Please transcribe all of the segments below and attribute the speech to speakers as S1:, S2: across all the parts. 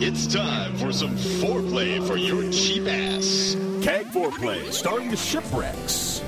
S1: It's time for some foreplay for your cheap ass.
S2: Keg foreplay, starting the shipwrecks.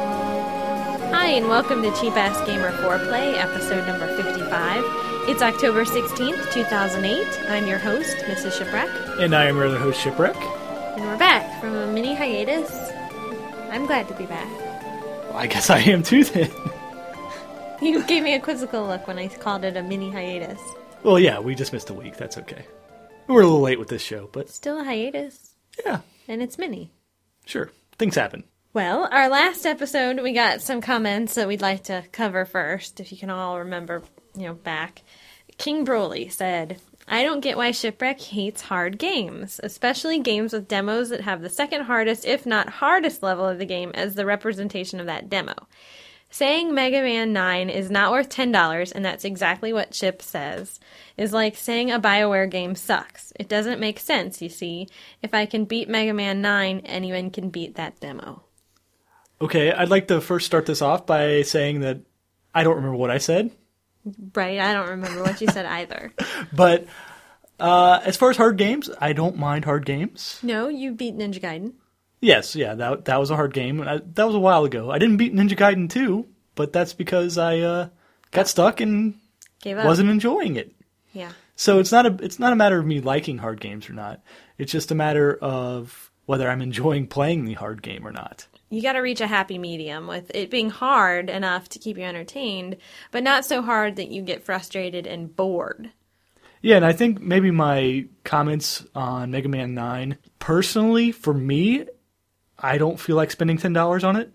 S3: Hi, and welcome to Cheap Ass Gamer Foreplay, episode number 55. It's October 16th, 2008. I'm your host, Mrs. Shipwreck,
S4: And I am your other host, Shipwreck.
S3: and we're back from a mini hiatus. I'm glad to be back.
S4: Well, I guess I am too then.
S3: You gave me a quizzical look when I called it a mini hiatus.
S4: Well, yeah, we just missed a week. That's okay. We're a little late with this show, but
S3: Still a hiatus,
S4: yeah,
S3: and it's mini.
S4: sure. Things happen.
S3: Well, our last episode, we got some comments that we'd like to cover first, if you can all remember, you know, back. King Broly said, I don't get why Shipwreck hates hard games, especially games with demos that have the second hardest, if not hardest, level of the game as the representation of that demo. Saying Mega Man 9 is not worth $10, and that's exactly what Chip says, is like saying a BioWare game sucks. It doesn't make sense, you see. If I can beat Mega Man 9, anyone can beat that demo.
S4: Okay, I'd like to first start this off by saying that I don't remember what I said,
S3: Right, I don't remember what you said either.
S4: but uh, as far as hard games, I don't mind hard games.
S3: No, you beat Ninja Gaiden.
S4: Yes, yeah, that that was a hard game. I, that was a while ago. I didn't beat Ninja Gaiden 2, but that's because I uh, got stuck and
S3: Gave up.
S4: wasn't enjoying it.
S3: Yeah.
S4: So it's not a it's not a matter of me liking hard games or not. It's just a matter of whether I'm enjoying playing the hard game or not.
S3: You got to reach a happy medium with it being hard enough to keep you entertained, but not so hard that you get frustrated and bored.
S4: Yeah, and I think maybe my comments on Mega Man 9 personally for me I don't feel like spending $10 on it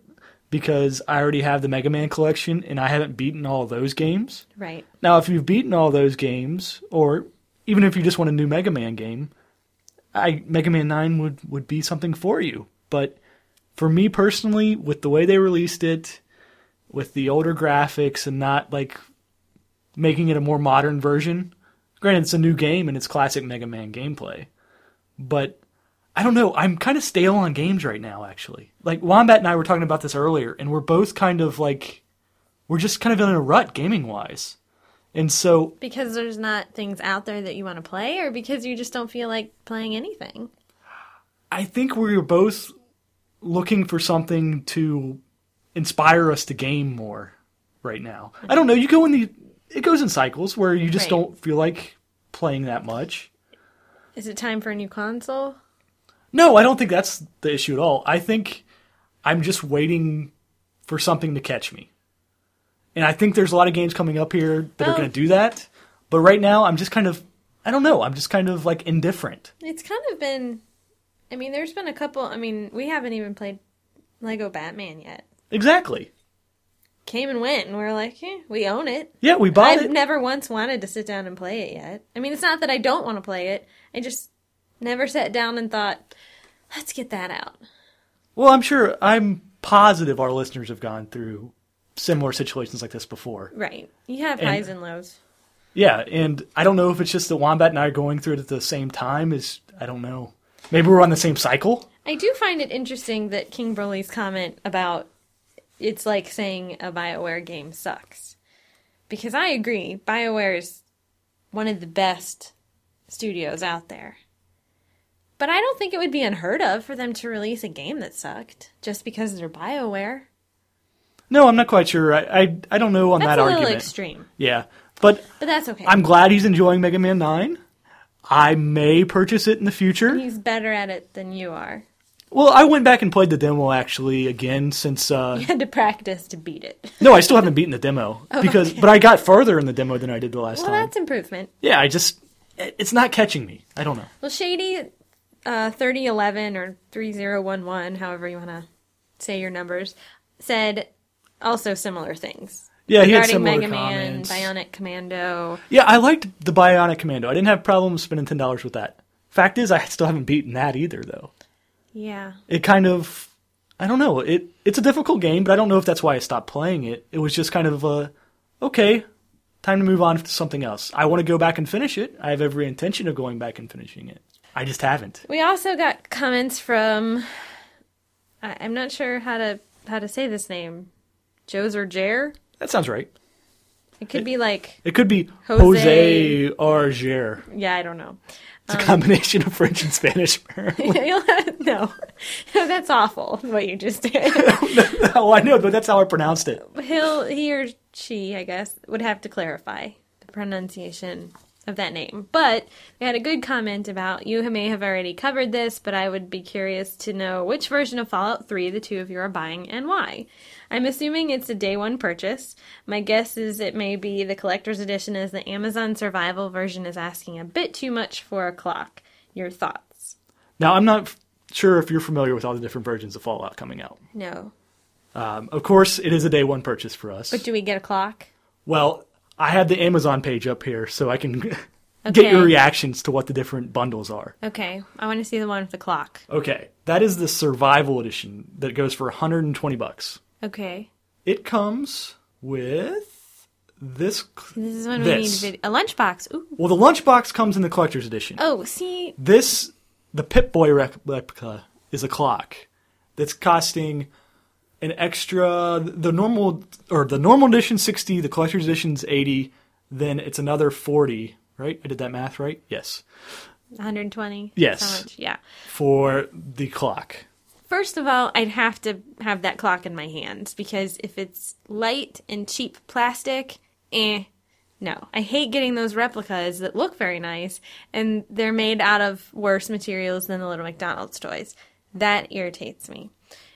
S4: because I already have the Mega Man collection and I haven't beaten all of those games.
S3: Right.
S4: Now, if you've beaten all those games or even if you just want a new Mega Man game, I Mega Man 9 would would be something for you. But for me personally, with the way they released it, with the older graphics and not like making it a more modern version, granted it's a new game and it's classic Mega Man gameplay. But I don't know, I'm kind of stale on games right now actually. Like Wombat and I were talking about this earlier and we're both kind of like we're just kind of in a rut gaming wise. And so
S3: Because there's not things out there that you want to play, or because you just don't feel like playing anything.
S4: I think we were both looking for something to inspire us to game more right now. I don't know. You go in the it goes in cycles where you just
S3: Right.
S4: don't feel like playing that much.
S3: Is it time for a new console?
S4: No, I don't think that's the issue at all. I think I'm just waiting for something to catch me. And I think there's a lot of games coming up here that
S3: Oh.
S4: are going to do that. But right now, I'm just kind of I don't know. I'm just kind of like indifferent.
S3: It's kind of been. I mean, there's been a couple. I mean, we haven't even played Lego Batman yet.
S4: Exactly.
S3: Came and went, and we're like, eh, we own it.
S4: Yeah, we bought
S3: I've
S4: it.
S3: never once wanted to sit down and play it yet. I mean, it's not that I don't want to play it. I just never sat down and thought, let's get that out.
S4: Well, I'm sure, I'm positive our listeners have gone through similar situations like this before.
S3: Right. You have
S4: And-
S3: highs and lows.
S4: Yeah, and I don't know if it's just that Wombat and I are going through it at the same time. Is I don't know. Maybe we're on the same cycle.
S3: I do find it interesting that King Broly's comment about it's like saying a BioWare game sucks. Because I agree, BioWare is one of the best studios out there. But I don't think it would be unheard of for them to release a game that sucked just because they're BioWare.
S4: No, I'm not quite sure. I I, I don't know on
S3: That's
S4: that
S3: a
S4: argument.
S3: little extreme,
S4: Yeah, but
S3: but that's okay.
S4: I'm glad he's enjoying Mega Man Nine. I may purchase it in the future.
S3: He's better at it than you are.
S4: Well, I went back and played the demo actually again since uh,
S3: You had to practice to beat it.
S4: no, I still haven't beaten the demo because but I got further in the demo than I did the last
S3: Oh, Well,
S4: time.
S3: that's improvement.
S4: Yeah, I just it- it's not catching me. I don't know.
S3: Well, Shady, uh, thirty eleven or three zero one one, however you want to say your numbers, said also similar things
S4: Yeah, he had
S3: regarding
S4: similar
S3: Mega
S4: comments.
S3: Man, Bionic Commando.
S4: Yeah, I liked the Bionic Commando. I didn't have problems spending ten dollars with that. Fact is, I still haven't beaten that either, though.
S3: Yeah,
S4: It kind of I I don't know. It it's a difficult game, but I don't know if that's why I stopped playing it. It was just kind of a okay, time to move on to something else. I want to go back and finish it. I have every intention of going back and finishing it. I just haven't.
S3: We also got comments from I, I'm not sure how to how to say this name. Joe's or Jer?
S4: That sounds right.
S3: It could be like
S4: It could be
S3: Jose.
S4: Jose, Arger.
S3: yeah, I don't know.
S4: It's a
S3: Um,
S4: combination of French and Spanish. apparently.
S3: You'll have- no. That's awful what you just did.
S4: oh, I know, but that's how I pronounced it.
S3: He'll he or she, I guess, would have to clarify the pronunciation of that name. But they had a good comment about you may have already covered this, but I would be curious to know which version of Fallout 3 the two of you are buying and why. I'm assuming it's a day one purchase. My guess is it may be the collector's edition as the Amazon survival version is asking a bit too much for a clock. Your thoughts?
S4: Now, I'm not f- sure if you're familiar with all the different versions of Fallout coming out.
S3: No.
S4: Um, of course, it is a day one purchase for us.
S3: Do we get a clock?
S4: Well, I have the Amazon page up here so I can get your
S3: Okay.
S4: reactions to what the different bundles are.
S3: Okay, I want to see the one with the clock.
S4: Okay, that is the survival edition that goes for 120 bucks.
S3: Okay.
S4: It comes with this cl-
S3: This is when
S4: This.
S3: we need vid- a lunchbox. Ooh.
S4: Well, the lunchbox comes in the collector's edition.
S3: Oh, see,
S4: This the Pip Boy rep- replica is a clock that's costing an extra the normal or the normal edition 60, the collector's edition's 80, then it's another 40, right? I did that math right? Yes.
S3: 120.
S4: Yes.
S3: So much. Yeah.
S4: For the clock.
S3: First of all, I'd have to have that clock in my hands because if it's light and cheap plastic, eh, no. I hate getting those replicas that look very nice and they're made out of worse materials than the little McDonald's toys. That irritates me.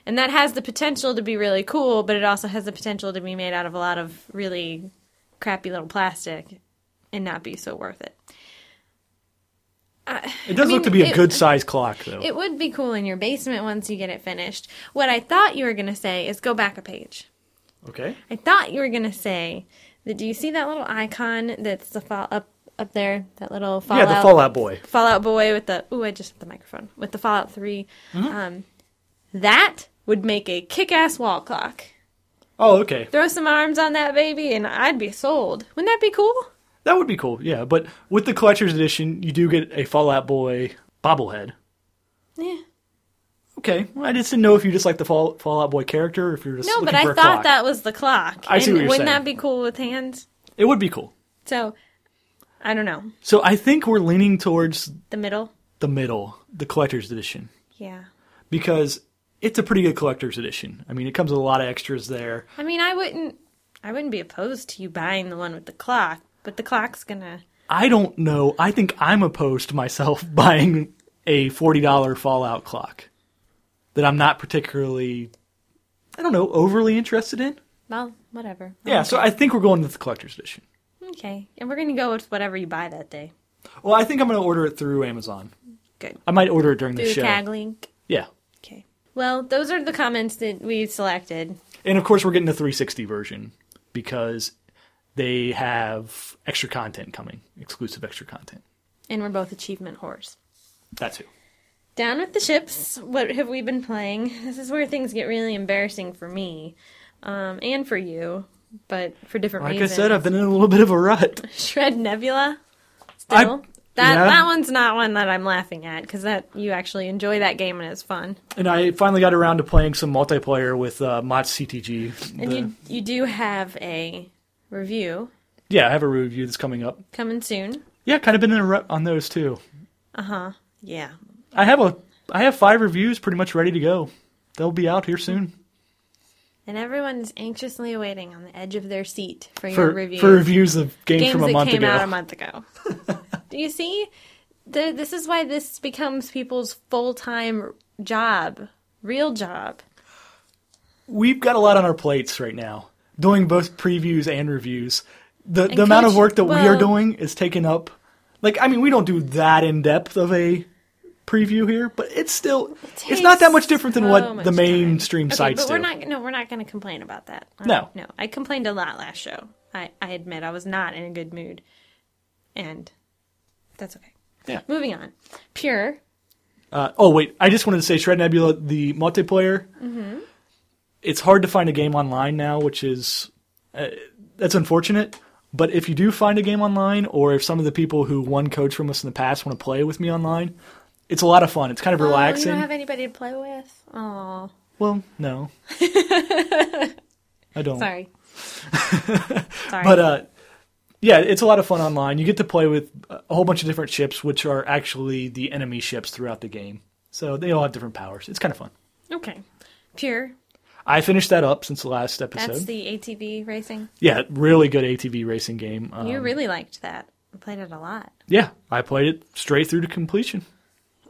S3: And that has the potential to be really cool, but it also has the potential to be made out of a lot of really crappy little plastic and not be so worth it.
S4: It does
S3: mean,
S4: look to be a
S3: it-
S4: good size clock though.
S3: It would be cool in your basement once you get it finished. What I thought you were going to say is go back a page.
S4: okay.
S3: I thought you were going to say that do you see that little icon that's the fall up up there, that little
S4: Yeah,
S3: Fallout
S4: the Fallout Boy.
S3: Fallout Boy with the ooh, I just hit the microphone. With the Fallout 3.
S4: Mm-hmm.
S3: Um that would make a kick-ass wall clock.
S4: Oh, okay.
S3: Throw some arms on that baby and I'd be sold. Wouldn't that be cool?
S4: That would be cool. Yeah, but with the collector's edition, you do get a Fallout Boy bobblehead.
S3: Yeah.
S4: Okay, well, I just didn't know if you just like the Fall, Fallout Boy character, or if you're just
S3: No,
S4: looking
S3: but
S4: for
S3: I
S4: a
S3: thought
S4: clock.
S3: that was the clock.
S4: I see
S3: and
S4: what you're
S3: wouldn't
S4: saying.
S3: that be cool with hands?
S4: it would be cool.
S3: So I don't know.
S4: So I think we're leaning towards
S3: The middle.
S4: the middle, the collector's edition,
S3: Yeah.
S4: because it's a pretty good collector's edition. I mean, it comes with a lot of extras there.
S3: I mean, I wouldn't I wouldn't be opposed to you buying the one with the clock, but the clock's going to
S4: I don't know. I think I'm opposed to myself buying a $40 Fallout clock that I'm not particularly, I don't know, overly interested in.
S3: well, whatever.
S4: Yeah, so I think we're going with the collector's edition.
S3: Okay. And we're going to go with whatever you buy that day.
S4: Well, I think I'm going to order it through Amazon.
S3: Good.
S4: I might order it during the
S3: Through
S4: show.
S3: tag link.
S4: Yeah.
S3: Okay. Well, those are the comments that we selected.
S4: And of course, we're getting the 360 version because they have extra content coming, exclusive extra content.
S3: And we're both achievement whores.
S4: That's who.
S3: Down with the ships. What have we been playing? This is where things get really embarrassing for me, um, and for you, but for different
S4: Like I
S3: reasons.
S4: said, I've been in a little bit of a rut.
S3: Shred Nebula.
S4: I-
S3: Still, that
S4: yeah.
S3: that one's not one that I'm laughing at because that you actually enjoy that game and it's fun.
S4: And I finally got around to playing some multiplayer with uh, Mods CTG.
S3: And
S4: The-
S3: you you do have a review
S4: yeah, I have a review that's coming up.
S3: coming soon.
S4: Yeah, kind of been in a rut on those too.
S3: Yeah,
S4: I have a I have five reviews pretty much ready to go. They'll be out here soon
S3: and everyone is anxiously waiting on the edge of their seat for, your
S4: for
S3: review.
S4: for reviews of games,
S3: games
S4: from a
S3: that
S4: month
S3: came
S4: ago.
S3: out a month ago. Do you see? The, this is why this becomes people's full time job, real job.
S4: We've got a lot on our plates right now, doing both previews and reviews. The the
S3: could
S4: amount of
S3: you-
S4: work that we are
S3: well-
S4: doing is taken up. Like I mean, we don't do that in depth of a preview here, but it's still it's not that much different than
S3: so
S4: what the
S3: much
S4: mainstream
S3: time.
S4: sites
S3: okay, but
S4: do.
S3: We're not, no, we're not going to complain about that. I-
S4: No.
S3: No. I complained a lot last show. I, I admit I was not in a good mood. And that's okay.
S4: Yeah.
S3: Moving on. Pure
S4: Uh, oh wait, I just wanted to say Shred Nebula the multiplayer.
S3: Mm-hmm.
S4: It's hard to find a game online now, which is uh, that's unfortunate. But if you do find a game online, or if some of the people who won codes from us in the past want to play with me online, it's a lot of fun. It's kind of
S3: Oh, you
S4: relaxing.
S3: don't have anybody to play with. Oh,
S4: well, no, I don't.
S3: sorry. sorry.
S4: But uh, yeah, it's a lot of fun online. You get to play with a whole bunch of different ships, which are actually the enemy ships throughout the game. So they all have different powers. It's kind of fun.
S3: okay, pure.
S4: I finished that up since the last episode.
S3: That's the ATV racing.
S4: yeah, really good ATV racing game. Um,
S3: you really liked that. I played it a lot.
S4: yeah, I played it straight through to completion.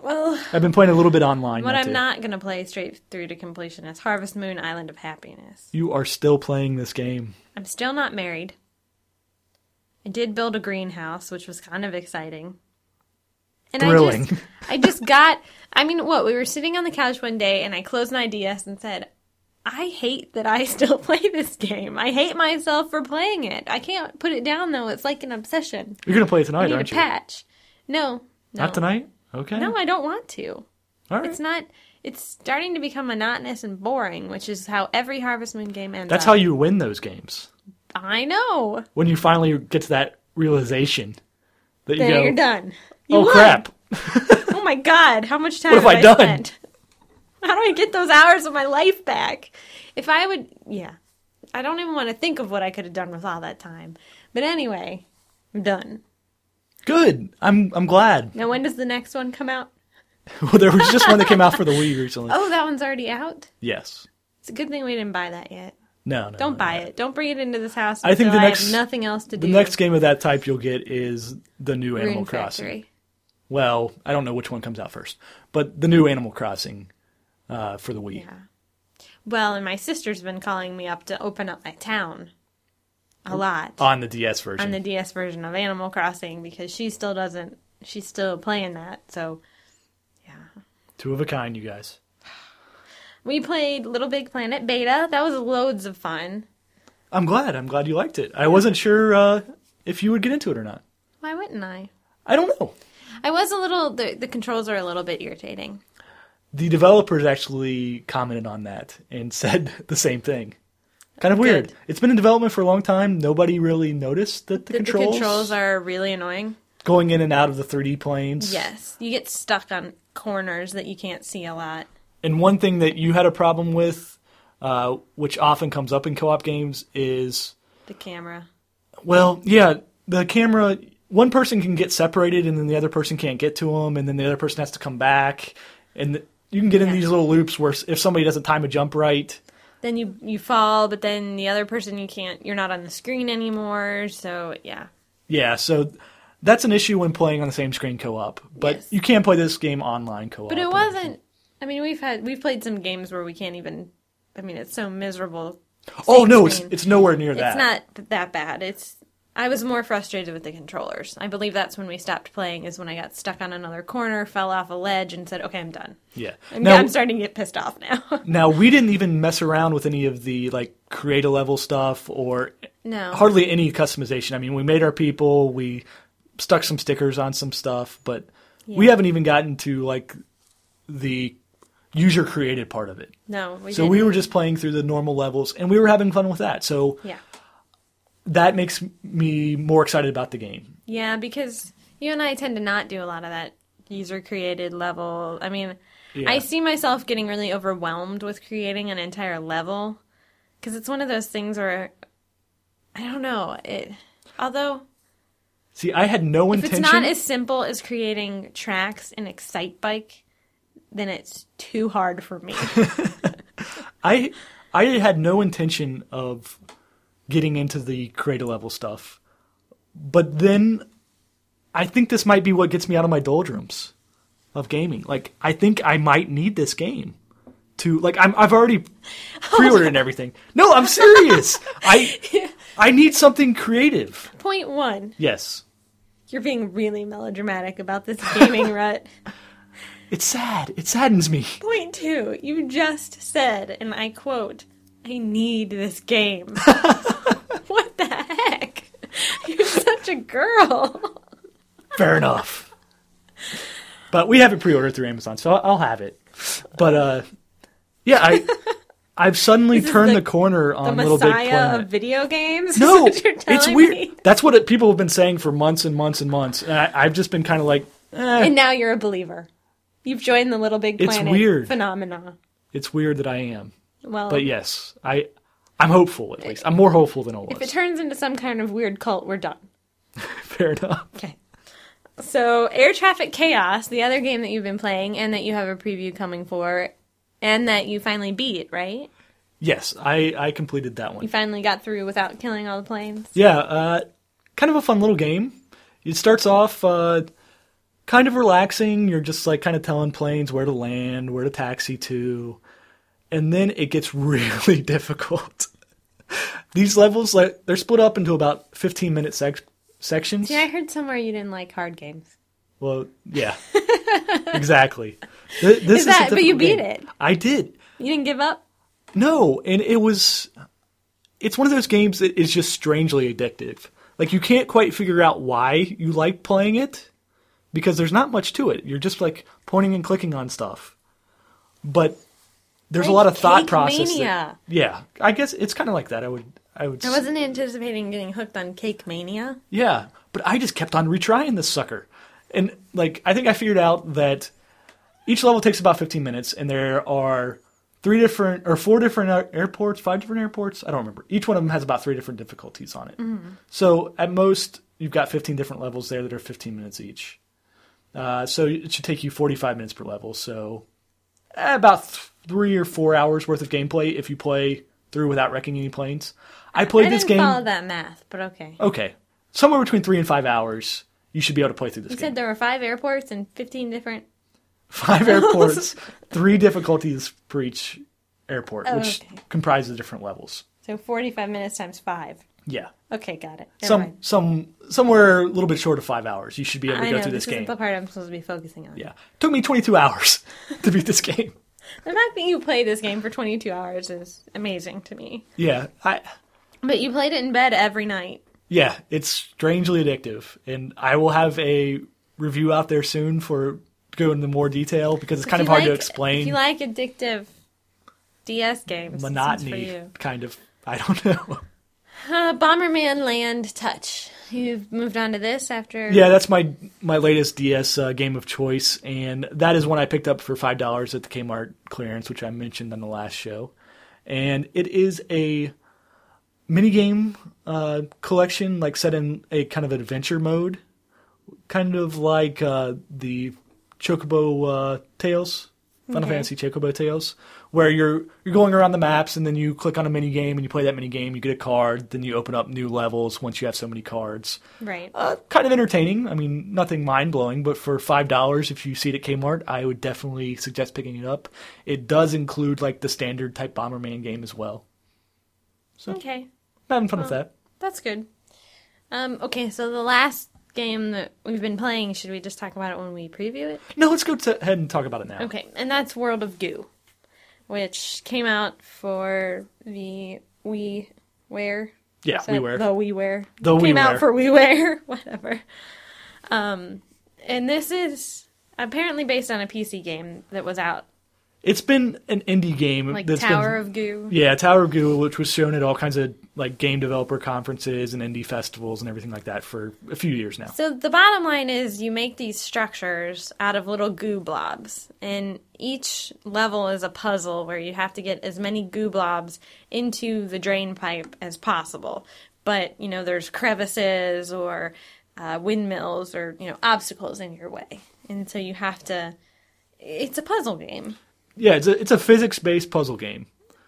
S3: Well,
S4: I've been playing a little bit online.
S3: what
S4: now,
S3: I'm
S4: too.
S3: not gonna play straight through to completion is Harvest Moon Island of Happiness.
S4: You are still playing this game.
S3: I'm still not married. I did build a greenhouse, which was kind of exciting. And I
S4: Thrilling.
S3: just, I just got, I mean, what? We were sitting on the couch one day and I closed my DS and said, I hate that I still play this game. I hate myself for playing it. I can't put it down though. It's like an obsession.
S4: You're gonna play it
S3: I
S4: tonight,
S3: need a
S4: aren't you?
S3: patch. No, no.
S4: Not tonight. Okay.
S3: No, I don't want to.
S4: all right.
S3: It's not, it's starting to become monotonous and boring, which is how every Harvest Moon game ends.
S4: That's
S3: up.
S4: how you win those games.
S3: I know.
S4: When you finally get to that realization that you
S3: Then
S4: go,
S3: you're done. You
S4: oh
S3: won.
S4: crap,
S3: Oh my god, how much time
S4: What have
S3: have
S4: I
S3: I,
S4: done?
S3: spent? How do I get those hours of my life back? If I would, yeah. I don't even want to think of what I could have done with all that time. But anyway, I'm done.
S4: good. I'm I'm glad.
S3: Now, when does the next one come out?
S4: Well, there was just one that came out for the Wii recently.
S3: Oh, that one's already out?
S4: Yes.
S3: It's a good thing we didn't buy that yet.
S4: No. no
S3: Don't
S4: no.
S3: buy it. Don't bring it into this house.
S4: I think
S3: until
S4: the
S3: I
S4: next-
S3: have nothing else to
S4: The
S3: do.
S4: next game of that type you'll get is the new
S3: Rune
S4: Animal Crossing.
S3: Factory.
S4: Well, I don't know which one comes out first, but the new Animal Crossing uh, for the Wii.
S3: Yeah. Well, and my sister's been calling me up to open up my town. A lot.
S4: on the DS version.
S3: on the DS version of Animal Crossing because she still doesn't. She's still playing that. So, yeah,
S4: Two of a kind, you guys.
S3: we played Little Big Planet beta. That was loads of fun.
S4: I'm glad. I'm glad you liked it. I wasn't sure uh, if you would get into it or not.
S3: Why wouldn't I?
S4: I don't know.
S3: I was a little. The, the controls are a little bit irritating.
S4: The developers actually commented on that and said the same thing. Kind of weird.
S3: Good.
S4: It's been in development for a long time. Nobody really noticed that the,
S3: The, the
S4: controls,
S3: controls are really annoying.
S4: going in and out of the 3D planes.
S3: Yes, you get stuck on corners that you can't see a lot.
S4: And one thing that you had a problem with, uh, which often comes up in co-op games, is
S3: The camera.
S4: well, yeah, the camera. One person can get separated, and then the other person can't get to them, and then the other person has to come back, and th- you can get in
S3: Yeah.
S4: these little loops where s- if somebody doesn't time a jump right,
S3: Then you you fall, but then the other person you can't. You're not on the screen anymore. So yeah,
S4: yeah. So that's an issue when playing on the same screen co-op, but
S3: Yes.
S4: you can play this game online co-op.
S3: But it
S4: and
S3: wasn't. I mean, we've had we've played some games where we can't even. I mean, it's so miserable.
S4: Oh
S3: same
S4: no, it's
S3: screen.
S4: it's nowhere near that.
S3: It's not th- that bad. It's. I was more frustrated with the controllers. I believe that's when we stopped playing. Is when I got stuck on another corner, fell off a ledge, and said, "Okay, I'm done."
S4: Yeah.
S3: I'm,
S4: Now-
S3: I'm starting to get pissed off now.
S4: Now we didn't even mess around with any of the like create a level stuff or
S3: No.
S4: hardly any customization. I mean, we made our people, we stuck some stickers on some stuff, but we
S3: Yeah.
S4: haven't even gotten to like the user created part of it.
S3: no, we
S4: so
S3: didn't.
S4: we were just playing through the normal levels and we were having fun with that. So
S3: Yeah.
S4: that makes me more excited about the game.
S3: Yeah, because you and I tend to not do a lot of that user created level. I mean,
S4: Yeah.
S3: I see myself getting really overwhelmed with creating an entire level because it's one of those things where I don't know. It although
S4: See, I had no
S3: if it's
S4: intention
S3: not as simple as creating tracks in Excite Bike, then it's too hard for me.
S4: I I had no intention of getting into the creator level stuff, but then I think this might be what gets me out of my doldrums of gaming. Like I think I might need this game to like I'm, I've already pre-ordered and everything. No, I'm serious. I I need something creative.
S3: Point one,
S4: Yes,
S3: you're being really melodramatic about this gaming rut.
S4: it's sad. It saddens me.
S3: Point two, you just said, and I quote, I need this game. what the heck? You're such a girl.
S4: Fair enough. But we have it pre-ordered through Amazon, so I'll I'll have it. But uh, yeah, I I've suddenly
S3: is
S4: turned
S3: the-
S4: the, corner
S3: The
S4: on Little Big
S3: messiah
S4: Planet.
S3: of video games? is
S4: no,
S3: what you're
S4: it's
S3: telling
S4: weird.
S3: me?
S4: That's what it, people have been saying for months and months and months, and I, I've just been kind of like, eh,
S3: And now you're a believer. You've joined the Little Big
S4: It's
S3: Planet
S4: weird.
S3: phenomena.
S4: it's weird that I am.
S3: Well,
S4: But yes, I I'm hopeful at least. I'm more hopeful than I
S3: if it
S4: was.
S3: turns into some kind of weird cult, we're done.
S4: Fair enough.
S3: Okay. So, Air Traffic Chaos, the other game that you've been playing and that you have a preview coming for, and that you finally beat, right?
S4: Yes, I I completed that one.
S3: You finally got through without killing all the planes.
S4: Yeah, uh, kind of a fun little game. It starts off uh, kind of relaxing. You're just like kind of telling planes where to land, where to taxi to, and then it gets really difficult. These levels, like they're split up into about 15 minute sec- sections.
S3: Yeah, I heard somewhere you didn't like hard games.
S4: Well, yeah, exactly. Th- This is, a
S3: that- but you
S4: difficult
S3: beat
S4: game.
S3: it.
S4: I did.
S3: You didn't give up?
S4: No, and it was. It's one of those games that is just strangely addictive. Like you can't quite figure out why you like playing it, because there's not much to it. You're just like pointing and clicking on stuff, but there's a
S3: Like
S4: lot of thought
S3: Cake
S4: process. that-
S3: Mania.
S4: yeah, I guess it's kind of like that. I would. I would.
S3: I
S4: s-
S3: wasn't anticipating getting hooked on Cake Mania.
S4: yeah, but I just kept on retrying this sucker. And like I think I figured out that each level takes about 15 minutes and there are three different or four different air- airports, five different airports, I don't remember. Each one of them has about three different difficulties on it.
S3: Mm-hmm.
S4: So at most you've got 15 different levels there that are 15 minutes each. Uh, so it should take you 45 minutes per level. So eh, about th- 3 or 4 hours worth of gameplay if you play through without wrecking any planes. I played
S3: I
S4: this
S3: didn't
S4: game Oh,
S3: follow that math, but okay.
S4: okay, somewhere between three and five hours, you should be able to play through this
S3: You
S4: game.
S3: said there were five airports and 15 different.
S4: five airports, three difficulties for each airport,
S3: Oh,
S4: which
S3: okay.
S4: comprises different levels.
S3: So 45 minutes times five.
S4: Yeah,
S3: Okay, got it. Never
S4: some
S3: mind.
S4: some somewhere a little bit short of five hours, you should be able to
S3: I
S4: go
S3: know,
S4: through this,
S3: this isn't
S4: game.
S3: the part I'm supposed to be focusing on.
S4: yeah, took me 22 hours to beat this game.
S3: The fact that you played this game for 22 hours is amazing to me.
S4: Yeah, I
S3: But you played it in bed every night.
S4: yeah, it's strangely addictive, and I will have a review out there soon for go into more detail because it's kind
S3: If
S4: of
S3: you
S4: hard to
S3: like-
S4: explain.
S3: If you like addictive DS games, monotony. For
S4: monotony,
S3: you.
S4: kind of. I don't know.
S3: Uh, Bomberman Land Touch. You've moved on to this after.
S4: Yeah, that's my my latest DS uh, game of choice, and that is one I picked up for five dollars at the Kmart clearance, which I mentioned on the last show. And it is a minigame uh, collection, like set in a kind of adventure mode, kind of like uh, the Chocobo uh, Tales, Final Fantasy Chocobo Tales, where you're you're going around the maps, and then you click on a mini game, and you play that mini game. You get a card, then you open up new levels once you have so many cards
S3: Right.
S4: uh, kind of entertaining. I mean, nothing mind blowing, but for five dollars, if you see it at Kmart, I would definitely suggest picking it up. It does include like the standard type Bomberman game as well.
S3: Okay.
S4: I'm having
S3: Oh.
S4: fun with that.
S3: That's good. Um, okay, so the last game that we've been playing, should we just talk about it when we preview it?
S4: No, let's go to ahead and talk about it now.
S3: Okay, and that's World of Goo, which came out for the WiiWare. Where?
S4: Yeah, we were.
S3: The WiiWare.
S4: The
S3: came
S4: WiiWare.
S3: out for WiiWare, whatever. Um, and this is apparently based on a PC game that was out,
S4: It's been an indie game.
S3: like
S4: that's been-
S3: Tower of Goo.
S4: Yeah, Tower of Goo, which was shown at all kinds of like game developer conferences and indie festivals and everything like that for a few years now.
S3: So the bottom line is you make these structures out of little goo blobs, and each level is a puzzle where you have to get as many goo blobs into the drain pipe as possible. But you know, there's crevices or uh, windmills or you know obstacles in your way, and so you have to. It's a puzzle game,
S4: Yeah, it's a it's a physics based puzzle game.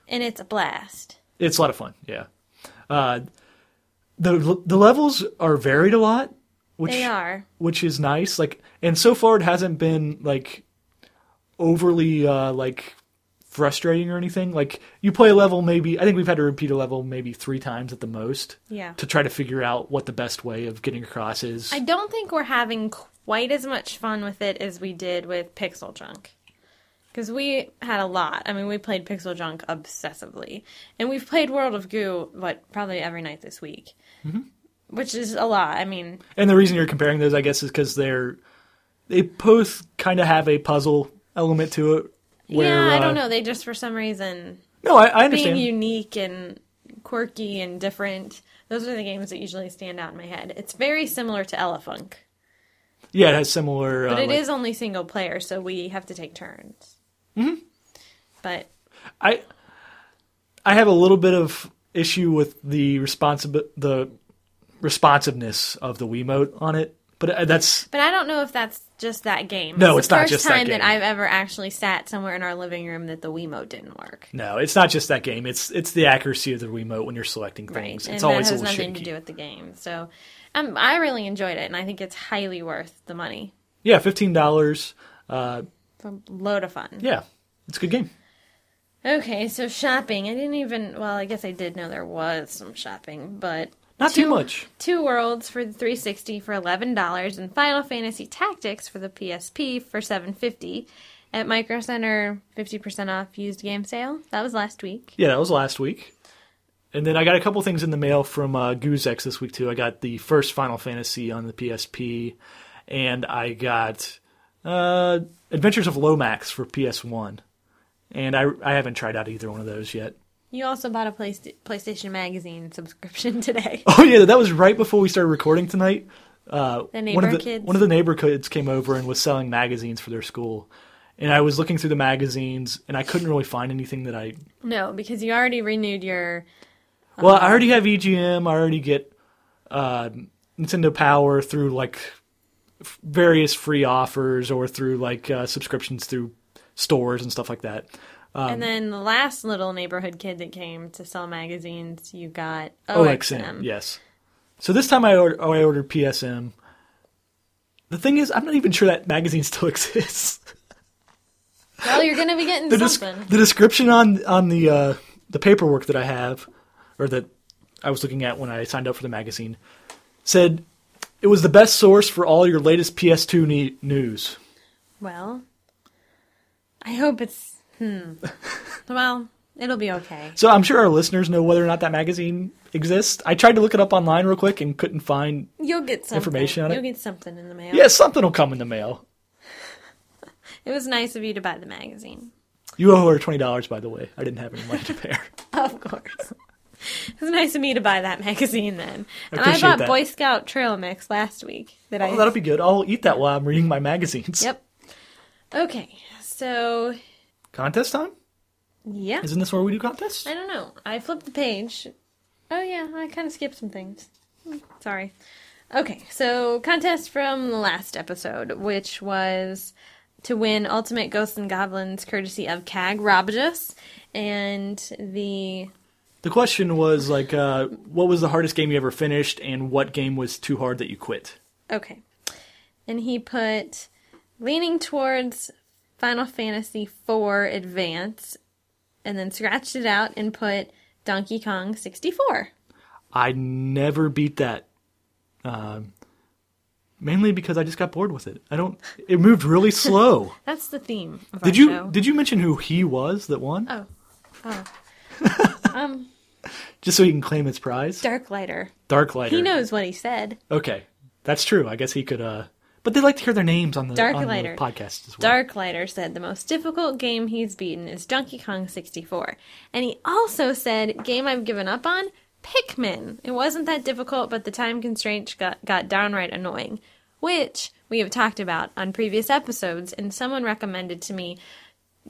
S3: and it's a blast.
S4: It's a lot of fun. Yeah. Uh, the the levels are varied a lot, which
S3: They are.
S4: which is nice. Like, and so far it hasn't been like overly uh, like frustrating or anything. Like, you play a level maybe I think we've had to repeat a level maybe three times at the most.
S3: Yeah.
S4: To try to figure out what the best way of getting across is.
S3: I don't think we're having quite as much fun with it as we did with Pixel Junk. Because we had a lot. I mean, we played Pixel Junk obsessively. And we've played World of Goo, what, probably every night this week.
S4: Mm-hmm.
S3: Which is a lot. I mean,
S4: and the reason you're comparing those, I guess, is because they're they both kind of have a puzzle element to it. Where,
S3: yeah, I
S4: uh,
S3: don't know. They just for some reason
S4: No, I, I
S3: being
S4: understand.
S3: unique and quirky and different. Those are the games that usually stand out in my head. It's very similar to Elefunk,
S4: yeah, it has similar.
S3: but
S4: uh,
S3: it is
S4: like-
S3: only single player, so we have to take turns. Mm-hmm. But
S4: I I have a little bit of issue with the responsibi- the responsiveness of the Wiimote on it, but uh, that's
S3: but I don't know if that's just that game.
S4: No,
S3: the
S4: it's not
S3: first
S4: just that
S3: time
S4: game.
S3: I've ever actually sat somewhere in our living room that the Wiimote didn't work.
S4: no, it's not just that game. It's it's the accuracy of the Wiimote when you're selecting
S3: Right,
S4: things.
S3: and
S4: It's
S3: that
S4: always a
S3: has
S4: little
S3: nothing
S4: shaky.
S3: to do with the game. So, um, I really enjoyed it, and I think it's highly worth the money.
S4: Yeah, fifteen dollars. Uh,
S3: It's a load of fun.
S4: yeah, it's a good game.
S3: Okay, so shopping. I didn't even. Well, I guess I did know there was some shopping, but
S4: Not too
S3: Two-
S4: much.
S3: Two Worlds for the 360 for eleven dollars, and Final Fantasy Tactics for the PSP for seven fifty. At Micro Center, fifty percent off used game sale. That was last week.
S4: Yeah, that was last week. And then I got a couple things in the mail from uh, Guzex this week too. I got the first Final Fantasy on the PSP, and I got uh, Adventures of Lomax for PS One. And I I haven't tried out either one of those yet.
S3: You also bought a Play- PlayStation Magazine subscription today.
S4: Oh yeah, that was right before we started recording tonight. Uh,
S3: The
S4: one of
S3: neighbor
S4: the
S3: kids.
S4: one of the neighbor kids came over and was selling magazines for their school, and I was looking through the magazines and I couldn't really find anything that I
S3: no, because you already renewed your
S4: Well, I already have EGM. I already get uh, Nintendo Power through like f- various free offers or through like uh, subscriptions through stores and stuff like that. Um,
S3: and then the last little neighborhood kid that came to sell magazines, you got
S4: OXM,
S3: OXM.
S4: yes. So this time I ordered, I ordered PSM. The thing is, I'm not even sure that magazine still exists.
S3: Well, you're gonna be getting
S4: the, des-
S3: something.
S4: the description on on the uh, the paperwork that I have, or that I was looking at when I signed up for the magazine, said it was the best source for all your latest PS2 ne- news.
S3: Well, I hope it's. Hmm. well, it'll be okay.
S4: So I'm sure our listeners know whether or not that magazine exists. I tried to look it up online real quick and couldn't find.
S3: You'll get something.
S4: Information on it?
S3: You'll get something in the mail.
S4: Yeah, something will come in the mail.
S3: It was nice of you to buy the magazine.
S4: You owe her twenty dollars, by the way. I didn't have any money to pay her.
S3: Of course. it was nice of me to buy that magazine then. And I
S4: appreciate
S3: bought
S4: that.
S3: Boy Scout Trail Mix last week. That I.
S4: Oh, that'll be good. I'll eat that while I'm reading my magazines.
S3: Yep. Okay, so
S4: Contest time?
S3: yeah.
S4: Isn't this where we do contests?
S3: I don't know. I flipped the page. Oh yeah, I kind of skipped some things. Hmm, Sorry. Okay, so contest from the last episode, which was to win Ultimate Ghosts and Goblins courtesy of Cag Robijus. And the
S4: The question was like, uh, what was the hardest game you ever finished, and what game was too hard that you quit?
S3: Okay. And he put leaning towards Final Fantasy IV Advance and then scratched it out and put Donkey Kong 64.
S4: I never beat that, um, mainly because I just got bored with it. I don't. It moved really slow.
S3: That's the theme of
S4: did
S3: our
S4: you
S3: show.
S4: did Ah. you mention who he was that won?
S3: Oh. Oh.
S4: Just so he can claim its prize.
S3: Dark Lighter.
S4: Dark Lighter.
S3: He knows what he said.
S4: Okay, that's true. I guess he could. uh But they like to hear their names on the,
S3: Dark
S4: on the
S3: Lighter.
S4: podcast as well.
S3: Darklighter said the most difficult game he's beaten is Donkey Kong 64. And he also said, game I've given up on? Pikmin. It wasn't that difficult, but the time constraints got, got downright annoying, which we have talked about on previous episodes, and someone recommended to me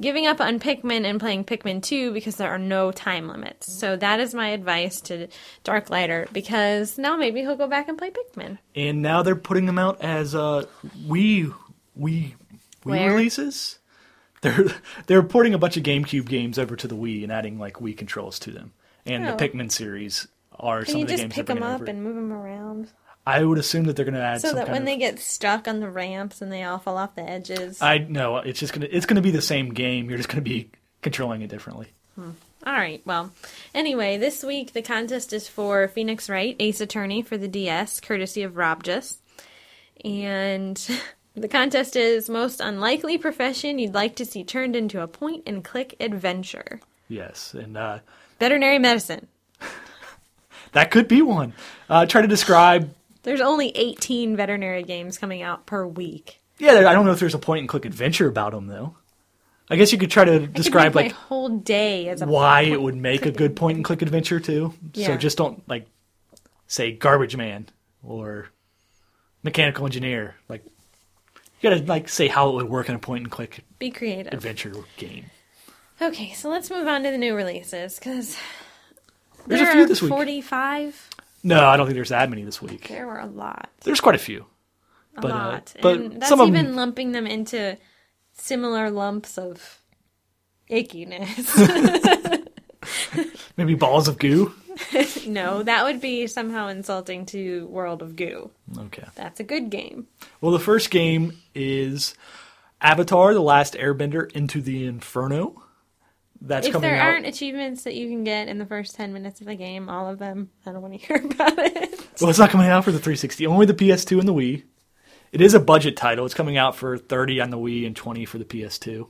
S3: giving up on Pikmin and playing Pikmin 2 because there are no time limits. So that is my advice to Darklighter because now maybe he'll go back and play Pikmin.
S4: And now they're putting them out as uh Wii Wii Wii
S3: Where?
S4: releases. They're they're porting a bunch of GameCube games over to the Wii and adding like Wii controls to them. And
S3: Oh.
S4: the Pikmin series are
S3: Can
S4: some
S3: you
S4: of the
S3: just
S4: games they're
S3: pick them
S4: bringing
S3: up
S4: over.
S3: and move them around?
S4: I would assume that they're going to add
S3: so
S4: some
S3: that
S4: kind
S3: when
S4: of. Uh,
S3: they get stuck on the ramps and they all fall off the edges.
S4: I know it's just gonna it's gonna be the same game. You're just gonna be controlling it differently.
S3: all right, well, anyway, this week the contest is for Phoenix Wright, Ace Attorney for the DS, courtesy of Rob Just. And the contest is most unlikely profession you'd like to see turned into a point and click adventure.
S4: Yes, and uh,
S3: Veterinary medicine.
S4: that could be one. Uh, try to describe
S3: There's only 18 veterinary games coming out per week.
S4: Yeah, there- I don't know if there's a point and click adventure about them though. I guess you could try to describe
S3: I could make
S4: like
S3: my whole day as a
S4: why
S3: point
S4: it would make a
S3: click
S4: good point and click adventure too. So
S3: Yeah.
S4: just don't like say garbage man or mechanical engineer. Like you gotta like say how it would work in a point and click
S3: be creative.
S4: adventure game.
S3: Okay, so let's move on to the new releases because
S4: There's
S3: there
S4: a few
S3: are
S4: this week.
S3: 45.
S4: No, I don't think there's that many this week.
S3: There were a lot.
S4: There's quite a few.
S3: A
S4: But, uh,
S3: lot.
S4: but
S3: and that's
S4: some of 'em-
S3: even lumping them into similar lumps of ickiness.
S4: Maybe balls of goo.
S3: no, that would be somehow insulting to World of Goo.
S4: Okay.
S3: That's a good game.
S4: Well, the first game is Avatar: The Last Airbender into the Inferno. That's
S3: if
S4: coming
S3: there
S4: out.
S3: aren't achievements that you can get in the first 10 minutes of the game, all of them, I don't want to hear about it.
S4: Well, it's not coming out for the 360, only the PS2 and the Wii. It is a budget title. It's coming out for 30 on the Wii and 20 for the PS2.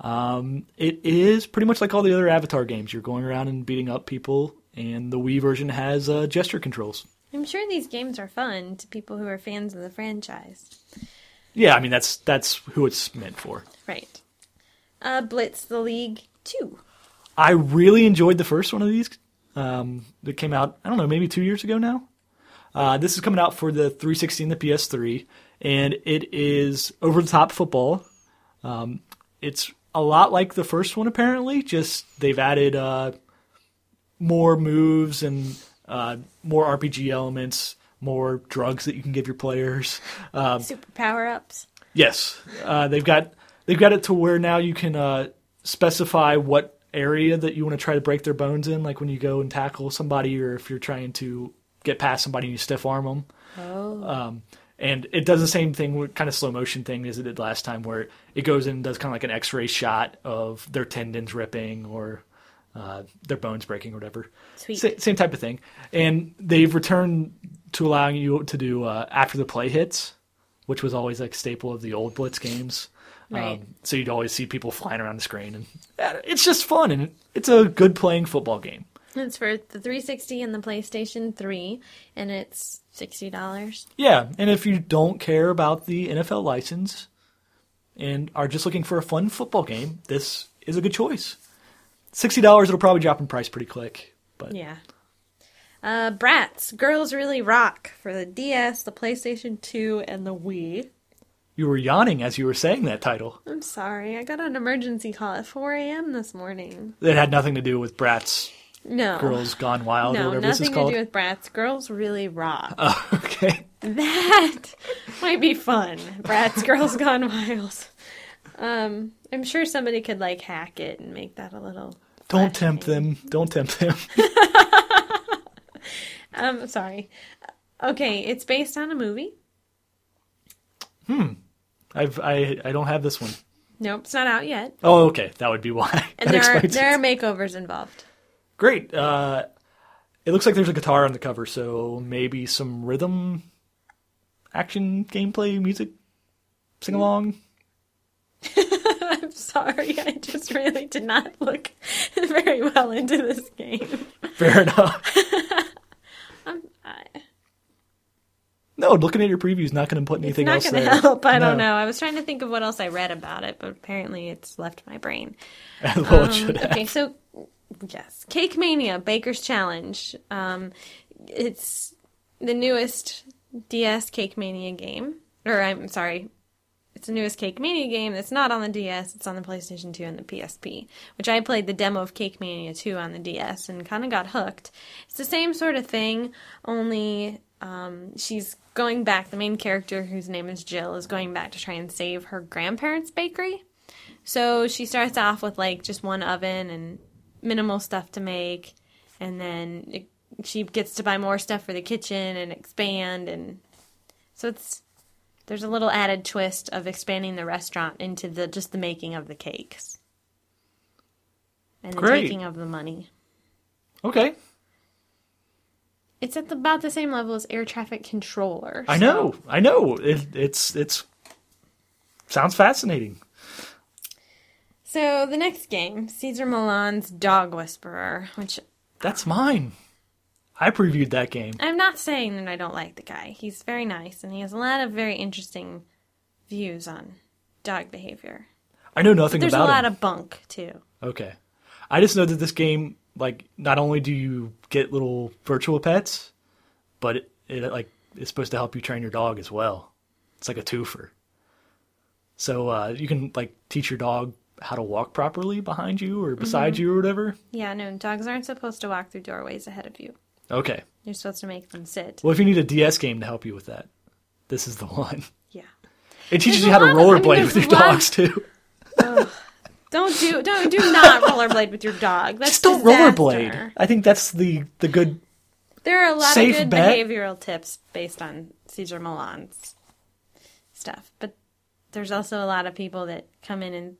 S4: Um, it is pretty much like all the other Avatar games. You're going around and beating up people, and the Wii version has uh, gesture controls.
S3: I'm sure these games are fun to people who are fans of the franchise.
S4: Yeah, I mean that's that's who it's meant for.
S3: Right. Uh, Blitz the League 2.
S4: I really enjoyed the first one of these um, that came out, I don't know, maybe two years ago now. Uh, this is coming out for the 360 and the PS3, and it is over the top football. Um, it's a lot like the first one, apparently, just they've added uh, more moves and uh, more RPG elements, more drugs that you can give your players.
S3: Super power ups.
S4: Yes, uh, they've got they've got it to where now you can uh, specify what area that you want to try to break their bones in, like when you go and tackle somebody, or if you're trying to get past somebody and you stiff arm them.
S3: Oh.
S4: And it does the same thing, kind of slow motion thing as it did last time, where it goes in and does kind of like an X-ray shot of their tendons ripping or uh, their bones breaking or whatever.
S3: Sweet.
S4: Sa- same type of thing. And they've returned to allowing you to do uh, after the play hits, which was always like a staple of the old Blitz games. Um,
S3: Right.
S4: so you'd always see people flying around the screen, and uh, it's just fun, and it's a good playing football game.
S3: It's for the 360 and the PlayStation 3, and it's $60.
S4: Yeah, and if you don't care about the NFL license and are just looking for a fun football game, this is a good choice. Sixty dollars, it'll probably drop in price pretty quick. But
S3: Yeah. Uh, Bratz, Girls Really Rock for the DS, the PlayStation 2, and the Wii.
S4: you were yawning as you were saying that title.
S3: I'm sorry, I got an emergency call at 4 a.m. this morning.
S4: It had nothing to do with Bratz
S3: No.
S4: Girls Gone Wild or
S3: no,
S4: whatever this is
S3: nothing to
S4: called. Uh.
S3: do with Bratz. Girls Really Rock.
S4: okay.
S3: That might be fun. Bratz Girls Gone Wild. Um, I'm sure somebody could like hack it and make that a little.
S4: Don't tempt them. Don't tempt them.
S3: Um, sorry. Okay, it's based on a movie.
S4: I've I I don't have this one.
S3: Nope, it's not out yet.
S4: Oh, okay. That would be why.
S3: And
S4: that
S3: there are,
S4: explains it.
S3: there are makeovers involved.
S4: Great. Uh, it looks like there's a guitar on the cover, so maybe some rhythm, action, gameplay, music, sing along.
S3: I'm sorry, I just really did not look very well into this game. Uh,
S4: Fair enough.
S3: I-
S4: No, looking at your preview is not going to put anything
S3: not
S4: else
S3: gonna
S4: there.
S3: help. I don't
S4: No.
S3: know. I was trying to think of what else I read about it, but apparently it's left my brain.
S4: well, it should have.
S3: Um, Okay, so yes, Cake Mania Baker's Challenge. Um, it's the newest DS Cake Mania game, or I'm sorry, it's the newest Cake Mania game that's not on the DS. It's on the PlayStation 2 and the PSP, which I played the demo of Cake Mania 2 on the DS and kind of got hooked. It's the same sort of thing, only um, she's going back. The main character, whose name is Jill, is going back to try and save her grandparents' bakery. So she starts off with like just one oven and minimal stuff to make, and then it, she gets to buy more stuff for the kitchen and expand, and so it's there's a little added twist of expanding the restaurant into the just the making of the cakes and the
S4: Great.
S3: taking of the money.
S4: Okay.
S3: It's at the, about the same level as air traffic controller.
S4: I
S3: so-
S4: know. I know. It, it's it's sounds fascinating.
S3: So the next game, Caesar Milan's Dog Whisperer, which
S4: That's mine. I previewed that game.
S3: I'm not saying that I don't like the guy. He's very nice and he has a lot of very interesting views on dog behavior.
S4: I know nothing
S3: There's a
S4: about
S3: lot
S4: him.
S3: of bunk too.
S4: Okay. I just know that this game, like, not only do you get little virtual pets, but it, it like is supposed to help you train your dog as well. It's like a twofer. So uh, you can like teach your dog how to walk properly behind you or
S3: Mm-hmm.
S4: beside you or whatever.
S3: Yeah, no, dogs aren't supposed to walk through doorways ahead of you.
S4: Okay.
S3: You're supposed to make them sit.
S4: Well, if you need a DS game to help you with that, this is the one.
S3: Yeah.
S4: It teaches
S3: There's
S4: you
S3: a
S4: how to
S3: lot of- I mean,
S4: rollerblade
S3: there's
S4: with your
S3: a lot-
S4: dogs too.
S3: Don't do don't do not rollerblade with your dog. That's
S4: Just don't
S3: disaster.
S4: rollerblade. I think that's the the good
S3: There are a lot
S4: Safe
S3: of good
S4: bet.
S3: behavioral tips based on Cesar Milan's stuff, but there's also a lot of people that come in and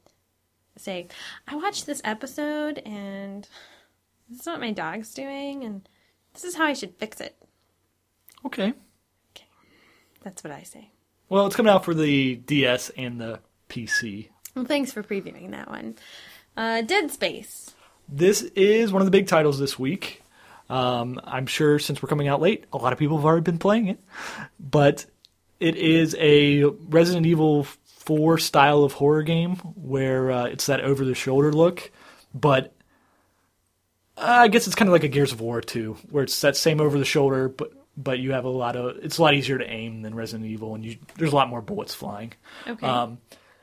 S3: say, "I watched this episode and this is what my dog's doing, and this is how I should fix it."
S4: Okay.
S3: That's what I say.
S4: Well, it's coming out for the DS and the PC.
S3: Well, thanks for previewing that one. Uh, Dead Space.
S4: This is one of the big titles this week. Um, I'm sure since we're coming out late, a lot of people have already been playing it. But it is a Resident Evil 4 style of horror game where uh, it's that over the shoulder look. But Uh, I guess it's kind of like a Gears of War 2, where it's that same over the shoulder, but but you have a lot of it's a lot easier to aim than Resident Evil, and you there's a lot more bullets flying.
S3: Okay.
S4: Um,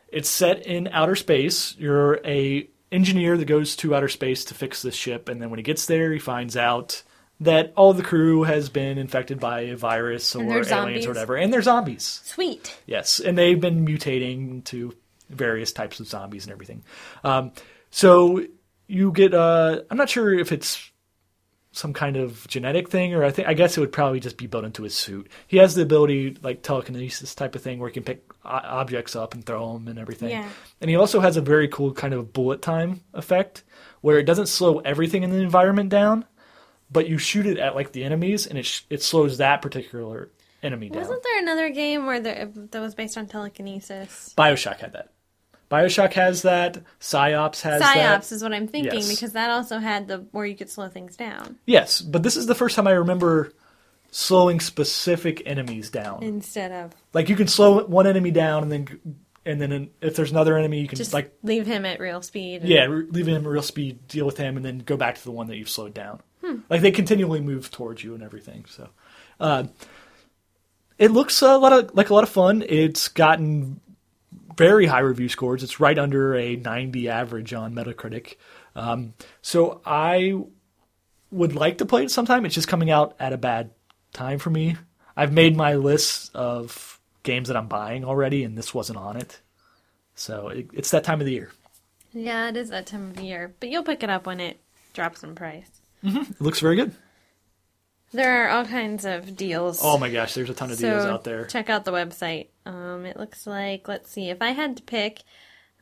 S4: it's set in outer space. You're a engineer that goes to outer space to fix this ship, and then when he gets there, he finds out that all the crew has been infected by a virus or
S3: And they're
S4: aliens
S3: zombies.
S4: or whatever, and they're zombies.
S3: Sweet.
S4: Yes, and they've been mutating to various types of zombies and everything. Um, so you get uh, I'm not sure if it's some kind of genetic thing or I think I guess it would probably just be built into his suit. He has the ability like telekinesis type of thing where he can pick o- objects up and throw them and everything.
S3: Yeah.
S4: And he also has a very cool kind of bullet time effect where it doesn't slow everything in the environment down, but you shoot it at like the enemies and it sh- it slows that particular enemy down.
S3: Wasn't there another game where there, that was based on telekinesis?
S4: Bioshock had that. Bioshock has that. Psyops has that.
S3: Psyops is what I'm thinking
S4: Yes.
S3: because that also had the where you could slow things down
S4: Yes, but this is the first time I remember slowing specific enemies down.
S3: instead of
S4: like you can slow one enemy down, and then and then if there's another enemy, you can
S3: just
S4: like
S3: leave him at real speed. and-
S4: yeah, re- leave him at real speed, deal with him, and then go back to the one that you've slowed down. Like they continually move towards you and everything. So, uh, it looks a lot of like a lot of fun. It's gotten very high review scores. It's right under a 90 average on Metacritic. Um, so I would like to play it sometime. It's just coming out at a bad time for me. I've made my list of games that I'm buying already, and this wasn't on it. So it, it's that time of the year.
S3: Yeah, it is that time of year, but you'll pick it up when it drops in price.
S4: It looks very good.
S3: There are all kinds of deals.
S4: Oh my gosh, there's a ton of
S3: so
S4: deals out there.
S3: Check out the website. Um, it looks like let's see. If I had to pick,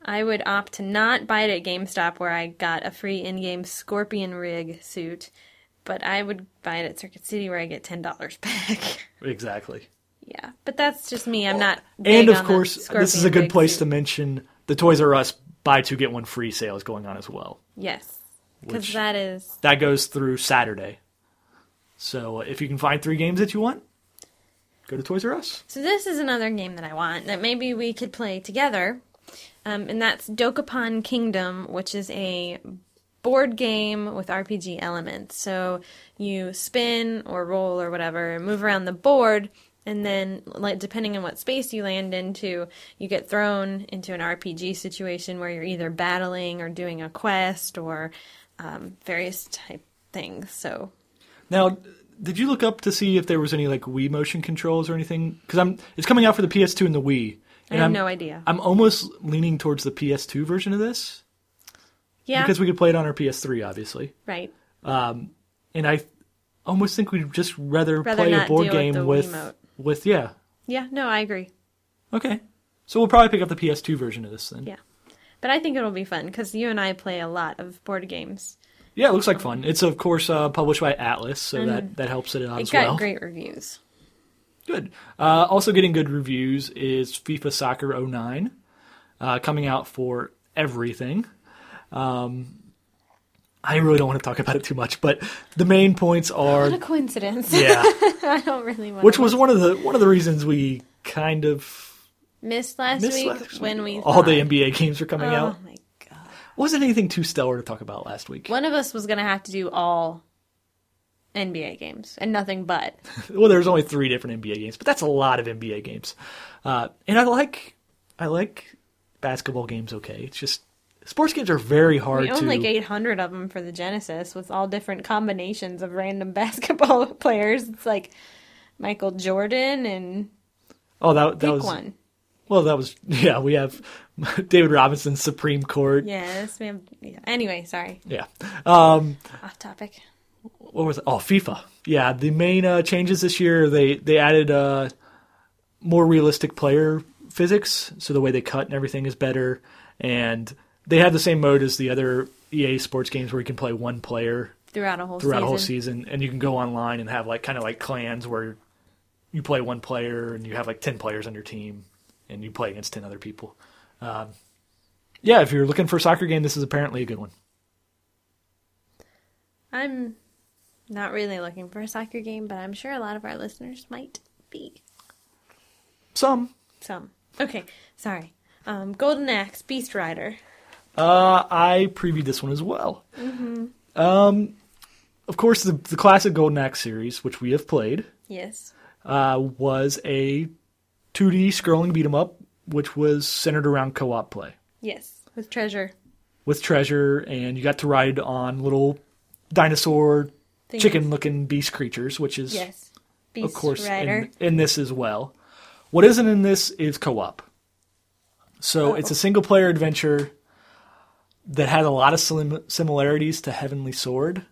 S3: I would opt to not buy it at GameStop where I got a free in-game Scorpion rig suit, but I would buy it at Circuit City where I get ten dollars back.
S4: Exactly.
S3: yeah, but that's just me. I'm not.
S4: Oh, And
S3: big on
S4: of
S3: the
S4: course, this is
S3: Scorpion
S4: a good
S3: rig
S4: place
S3: suit.
S4: to mention the Toys R Us buy two get one free sale is going on as well.
S3: Yes, because
S4: Which-
S3: that is
S4: That goes through Saturday. So uh, if you can find three games that you want, go to Toys R Us.
S3: So this is another game that I want that maybe we could play together, um, and that's Dokapon Kingdom, which is a board game with RPG elements. So you spin or roll or whatever, and move around the board, and then like depending on what space you land into, you get thrown into an RPG situation where you're either battling or doing a quest or um, various type things. So
S4: Now, did you look up to see if there was any like Wii motion controls or anything? Because I'm it's coming out for the PS2 and the Wii.
S3: I
S4: And
S3: have
S4: I'm-
S3: no idea.
S4: I'm almost leaning towards the PS2 version of this
S3: yeah,
S4: because we could play it on our PS3, obviously.
S3: right.
S4: and I almost think we'd just rather,
S3: Rather
S4: play a
S3: not
S4: board
S3: deal with
S4: game
S3: the
S4: with
S3: Wiimote.
S4: with yeah.
S3: Yeah, no, I agree.
S4: Okay. So we'll probably pick up the PS2 version of this then.
S3: Yeah. But I think it'll be fun because you and I play a lot of board games.
S4: Yeah, it looks like fun. It's of course uh, published by Atlas, so that that helps it out
S3: Mm-hmm. It
S4: as
S3: got
S4: well.
S3: great reviews.
S4: Good. Uh, also getting good reviews is FIFA Soccer 09, uh, coming out for everything. Um, I really don't want to talk about it too much, but the main points
S3: What a
S4: are
S3: coincidence.
S4: yeah.
S3: I don't really want
S4: which
S3: to.
S4: was one of the one of the reasons we kind of
S3: Missed last
S4: Missed
S3: week
S4: last
S3: when we
S4: All the
S3: thought-
S4: NBA games are coming
S3: Oh
S4: out.
S3: my god!
S4: Wasn't anything too stellar to talk about last week.
S3: One of us was gonna have to do all NBA games and nothing but.
S4: Well, there's only three different NBA games, but that's a lot of NBA games. Uh, and I like I like basketball games. Okay, it's just sports games are very hard
S3: We own
S4: to.
S3: like 800 of them for the Genesis with all different combinations of random basketball players. It's like Michael Jordan and
S4: oh, that
S3: pick
S4: that was
S3: one.
S4: well, that was yeah. We have David Robinson's Supreme Court.
S3: Yes, we have. Yeah. Anyway, sorry,
S4: yeah.
S3: off topic.
S4: what was it? Oh, FIFA. Yeah, the main uh, changes this year they they added uh, more realistic player physics, so the way they cut and everything is better, and they have the same mode as the other EA Sports games where you can play one player
S3: Throughout a whole
S4: throughout
S3: season.
S4: a whole season, and you can go online and have like kind of like clans where you play one player and you have like ten players on your team, and you play against ten other people. Um, yeah, if you're looking for a soccer game, this is apparently a good one.
S3: I'm not really looking for a soccer game, but I'm sure a lot of our listeners might be.
S4: Some
S3: Some. Okay, sorry. Um, Golden Axe, Beast Rider.
S4: Uh, I previewed this one as well. Um, of course, the, the classic Golden Axe series, which we have played,
S3: Yes.
S4: uh, was a 2D scrolling beat 'em up, which was centered around co-op play
S3: Yes. With treasure.
S4: with treasure, and you got to ride on little dinosaur,
S3: Things.
S4: chicken-looking beast creatures, which is
S3: Yes. Beast
S4: of course
S3: Rider.
S4: in, in this as well. What isn't in this is co-op. So it's a single-player adventure that had a lot of sim- similarities to Heavenly Sword,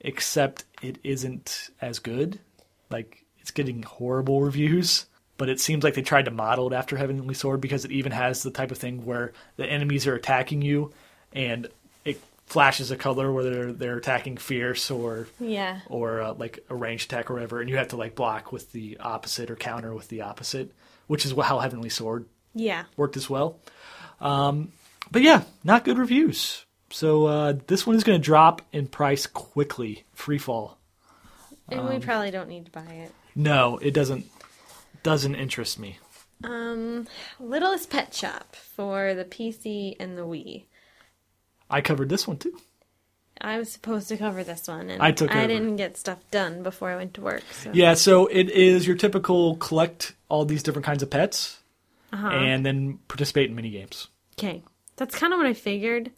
S4: except it isn't as good. Like it's getting horrible reviews, but it seems like they tried to model it after Heavenly Sword because it even has the type of thing where the enemies are attacking you, and it flashes a color whether they're attacking fierce or
S3: yeah.
S4: or uh, like a range attack or whatever, and you have to like block with the opposite or counter with the opposite, which is wh- how Heavenly Sword
S3: Yeah.
S4: worked as well. Um, but yeah, not good reviews. So uh, this one is going to drop in price quickly, free fall.
S3: And we probably don't need to buy it.
S4: No, it doesn't doesn't interest me.
S3: Um, Littlest Pet Shop for the PC and the Wii.
S4: I covered this one too.
S3: I was supposed to cover this one, and
S4: I took over.
S3: didn't get stuff done before I went to work. So.
S4: Yeah, so it is your typical collect all these different kinds of pets and then participate in mini games.
S3: Okay, that's kind of what I figured.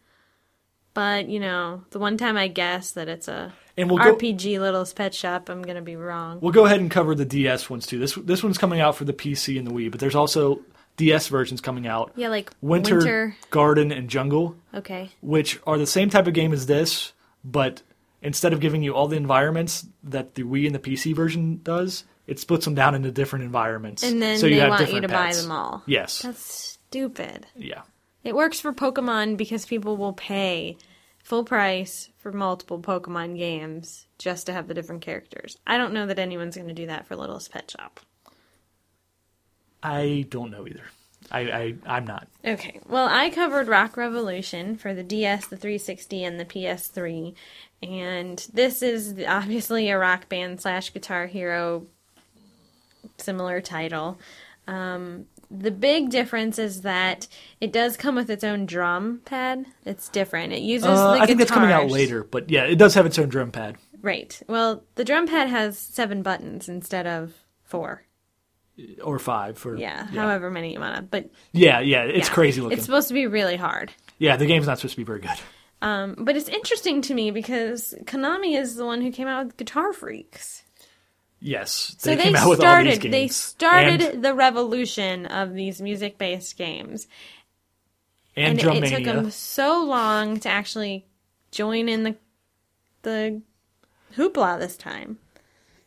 S3: But you know, the one time I guess that it's a
S4: And we'll go
S3: RPG Littlest Pet Shop, I'm gonna be wrong.
S4: We'll go ahead and cover the DS ones too. This this one's coming out for the PC and the Wii, but there's also DS versions coming out.
S3: yeah, like
S4: Winter, Garden, and Jungle,
S3: Okay.
S4: which are the same type of game as this, but instead of giving you all the environments that the Wii and the PC version does, it splits them down into different environments.
S3: And then
S4: so you
S3: they
S4: have
S3: want you
S4: different
S3: to buy
S4: pets.
S3: them all.
S4: Yes.
S3: That's stupid.
S4: yeah.
S3: It works for Pokemon because people will pay full price for multiple Pokemon games just to have the different characters. I don't know that anyone's going to do that for Littlest Pet Shop.
S4: I don't know either. I, I I'm not.
S3: Okay, well, I covered Rock Revolution for the DS, the 360, and the PS3, and this is the- obviously a rock band slash Guitar Hero similar title. Um, the big difference is that it does come with its own drum pad. It's different. It uses the
S4: Uh, I
S3: guitars.
S4: think that's coming out later, but yeah, it does have its own drum pad.
S3: Right. Well, the drum pad has seven buttons instead of four.
S4: Or five for
S3: Yeah,
S4: yeah,
S3: however many you want to. But
S4: yeah, yeah, it's
S3: yeah.
S4: crazy looking.
S3: It's supposed to be really hard.
S4: yeah, the game's not supposed to be very good.
S3: Um, but it's interesting to me because Konami is the one who came out with Guitar Freaks.
S4: Yes,
S3: So they,
S4: came out with all
S3: started.
S4: these games.
S3: They started
S4: and,
S3: the revolution of these music-based games,
S4: and,
S3: it
S4: Drummania.
S3: took them so long to actually join in the the hoopla this time.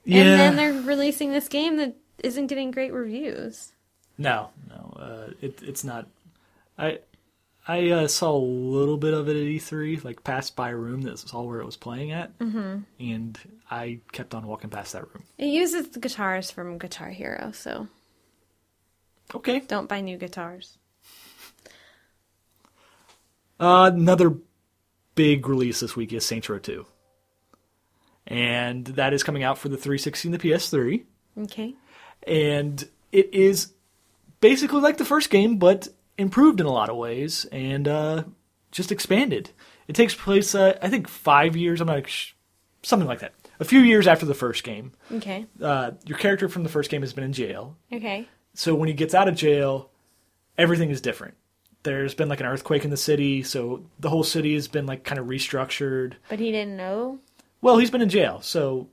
S4: yeah,
S3: And then they're releasing this game that isn't getting great reviews.
S4: no, no, uh, it, it's not. I I uh, saw a little bit of it at E3, like passed by a room that saw where it was playing at, mm-hmm. and I kept on walking past that room.
S3: It uses the guitars from Guitar Hero, so
S4: Okay,
S3: don't buy new guitars.
S4: uh, another big release this week is Saints Row Two, and that is coming out for the 360 and the PS3.
S3: Okay.
S4: and it is basically like the first game, but improved in a lot of ways and uh, just expanded. It takes place, uh, I think, five years. I'm not sh- something like that. A few years after the first game,
S3: Okay.
S4: uh, your character from the first game has been in jail,
S3: Okay.
S4: so when he gets out of jail, everything is different. There's been like an earthquake in the city, so the whole city has been like kind of restructured.
S3: But he didn't know.
S4: Well, he's been in jail, so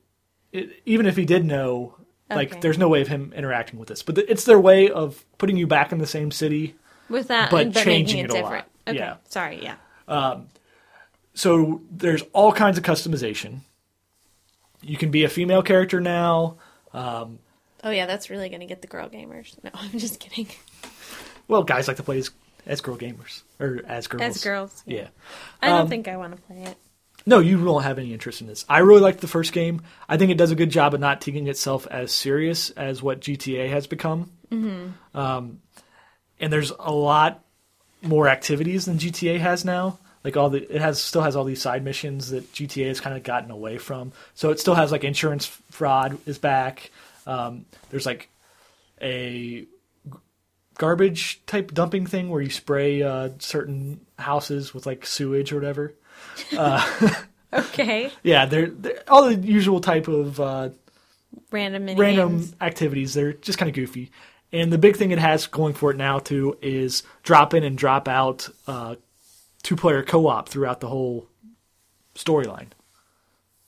S4: it, even if he did know,
S3: Okay.
S4: like there's no way of him interacting with this. But th- it's their way of putting you back in the same city.
S3: Without
S4: But
S3: but
S4: changing
S3: making it,
S4: it a lot.
S3: different. Okay.
S4: Yeah.
S3: Sorry, yeah.
S4: So there's all kinds of customization. You can be a female character now.
S3: Oh yeah, that's really gonna get the girl gamers. No, I'm just kidding.
S4: Well, guys like to play as, as girl gamers or as girls.
S3: As girls.
S4: Yeah.
S3: I
S4: Um,
S3: don't think I wanna play it.
S4: No, you won't have any interest in this. I really liked the first game. I think it does a good job of not taking itself as serious as what GTA has become. Mm-hmm. Um, and there's a lot more activities than GTA has now. Like all the, it has still has all these side missions that GTA has kind of gotten away from. So it still has like insurance f- fraud is back. Um, there's like a g- garbage type dumping thing where you spray uh, certain houses with like sewage or whatever
S3: Okay.
S4: yeah, they're, they're all the usual type of uh,
S3: Random mini
S4: random
S3: games.
S4: activities. They're just kind of goofy. And the big thing it has going for it now too is drop in and drop out uh, two player co op throughout the whole storyline.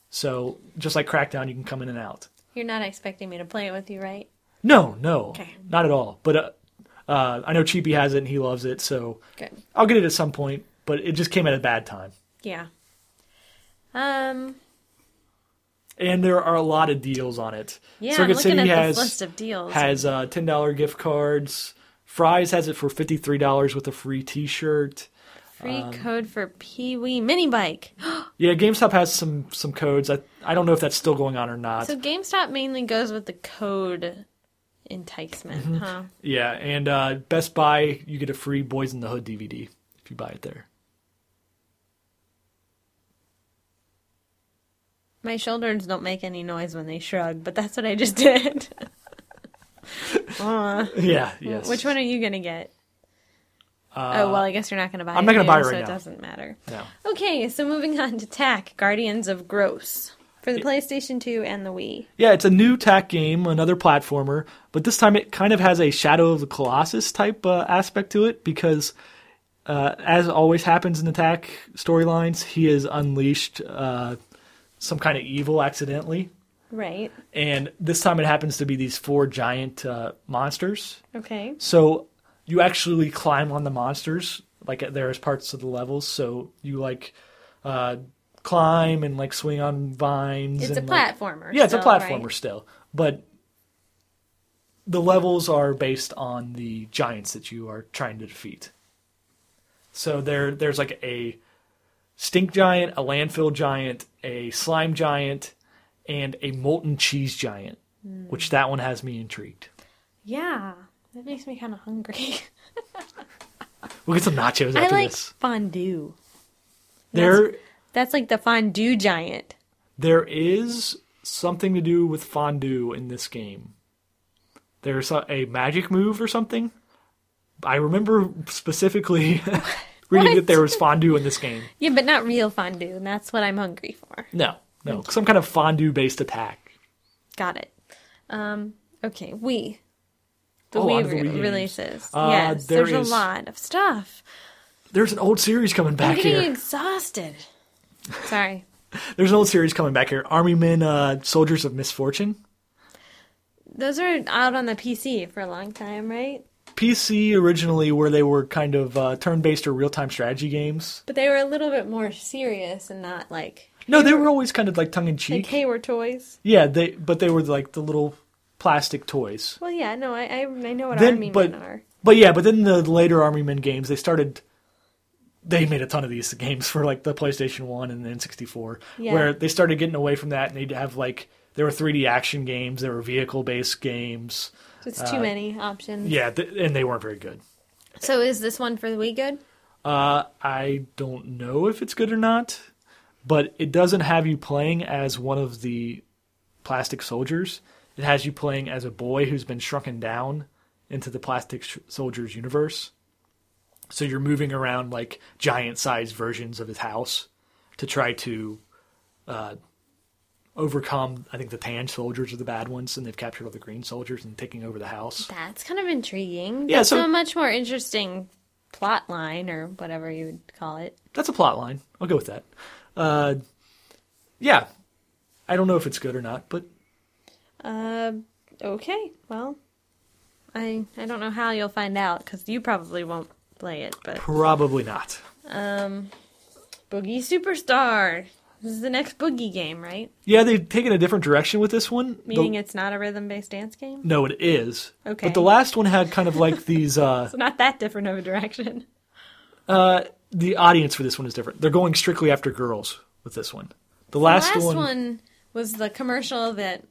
S4: So just like Crackdown, you can come in and out.
S3: You're not expecting me to play it with you, right?
S4: No, no,
S3: Okay.
S4: not at all. But uh, uh, I know Cheapy has it and he loves it, so
S3: Good.
S4: I'll get it at some point. But it just came at a bad time.
S3: Yeah. Um
S4: and there are a lot of deals on it.
S3: Yeah, I'm
S4: Circuit
S3: looking
S4: City
S3: at
S4: has
S3: this list of deals.
S4: has uh, ten dollar gift cards. Fry's has it for fifty three dollars with a free T shirt.
S3: free
S4: um,
S3: code for Pee Wee Mini Bike.
S4: Yeah, GameStop has some some codes. I I don't know if that's still going on or not.
S3: So GameStop mainly goes with the code enticement,
S4: Mm-hmm.
S3: huh?
S4: yeah, and uh, Best Buy you get a free Boys in the Hood DVD if you buy it there.
S3: My shoulders don't make any noise when they shrug, but that's what I just did. Uh,
S4: yeah, yes. Uh,
S3: Which one are you gonna get? oh well, I guess you're not gonna buy.
S4: I'm not gonna
S3: new,
S4: buy it
S3: so
S4: right
S3: it
S4: now.
S3: doesn't matter.
S4: No.
S3: Okay, so moving on to TAC Guardians of Gross for the PlayStation 2 and the Wii.
S4: Yeah, it's a new tack game, another platformer, but this time it kind of has a Shadow of the Colossus type uh, aspect to it because, uh, as always happens in attack storylines, he has unleashed uh, some kind of evil accidentally.
S3: Right.
S4: And this time it happens to be these four giant uh, monsters.
S3: Okay.
S4: So you actually climb on the monsters. Like uh, there's parts of the levels, so you like uh, climb and like swing on vines.
S3: It's a
S4: and, like-
S3: platformer.
S4: yeah, it's a
S3: still, right?
S4: platformer still, but the levels are based on the giants that you are trying to defeat. So there, there's like a stink giant, a landfill giant, a slime giant, and a molten cheese giant,
S3: Hmm.
S4: which that one has me intrigued.
S3: Yeah, that makes me kind of hungry.
S4: We'll get some nachos
S3: I
S4: after
S3: like
S4: this.
S3: fondue.
S4: There,
S3: That's like the fondue giant.
S4: there is something to do with fondue in this game. There's a, a magic move or something. I remember specifically reading that there was fondue in this game.
S3: Yeah, but not real fondue. And that's what I'm hungry for.
S4: No, no, some kind of fondue based attack.
S3: Got it. Um, okay, we. The
S4: Oh,
S3: Wii,
S4: onto the
S3: re-
S4: Wii games.
S3: releases.
S4: Uh,
S3: yes,
S4: there
S3: there's
S4: is-
S3: a lot of stuff.
S4: There's an old series coming
S3: I'm
S4: back
S3: getting
S4: here.
S3: exhausted. Sorry.
S4: There's an old series coming back here. Army Men, uh, Soldiers of Misfortune.
S3: Those are out on the PC for a long time, right?
S4: PC originally, where they were kind of uh, turn based or real time strategy games.
S3: But they were a little bit more serious and not like
S4: No, they were always kind of like tongue in
S3: like
S4: cheek.
S3: hey, we're toys.
S4: Yeah, they but they were like the little plastic toys.
S3: Well, yeah, no, I I, I know what
S4: Then-
S3: army
S4: but-
S3: men are.
S4: But yeah, but then the later Army Men games, they started. They made a ton of these games for like the PlayStation One and the N64,
S3: Yeah.
S4: where they started getting away from that, and they'd have like there were 3D action games, there were vehicle based games,
S3: It's too many options.
S4: uh, yeah, th- and they weren't very good.
S3: So is this one for the Wii good?
S4: Uh, I don't know if it's good or not, but it doesn't have you playing as one of the plastic soldiers. It has you playing as a boy who's been shrunken down into the Plastic Sh- Soldiers universe. So you're moving around like giant sized versions of his house to try to uh, overcome. I think the tan soldiers are the bad ones, and they've captured all the green soldiers and taking over the house.
S3: That's kind of intriguing.
S4: Yeah,
S3: That's
S4: so-
S3: a much more interesting plot line or whatever you would call it.
S4: That's a plot line. I'll go with that. Uh, yeah, I don't know if it's good or not, but
S3: Uh, okay. Well, I I don't know how you'll find out because you probably won't play it. But
S4: probably not.
S3: um, Boogie Superstar. This is the next Boogie game, right?
S4: Yeah, they've taken a different direction with this one. The-
S3: Meaning it's not a rhythm-based dance game.
S4: no, it is.
S3: Okay.
S4: But the last one had kind of like these. Uh,
S3: It's not that different of a direction.
S4: the audience for this one is different. They're going strictly after girls with this one. The last,
S3: last
S4: one,
S3: one... was the commercial that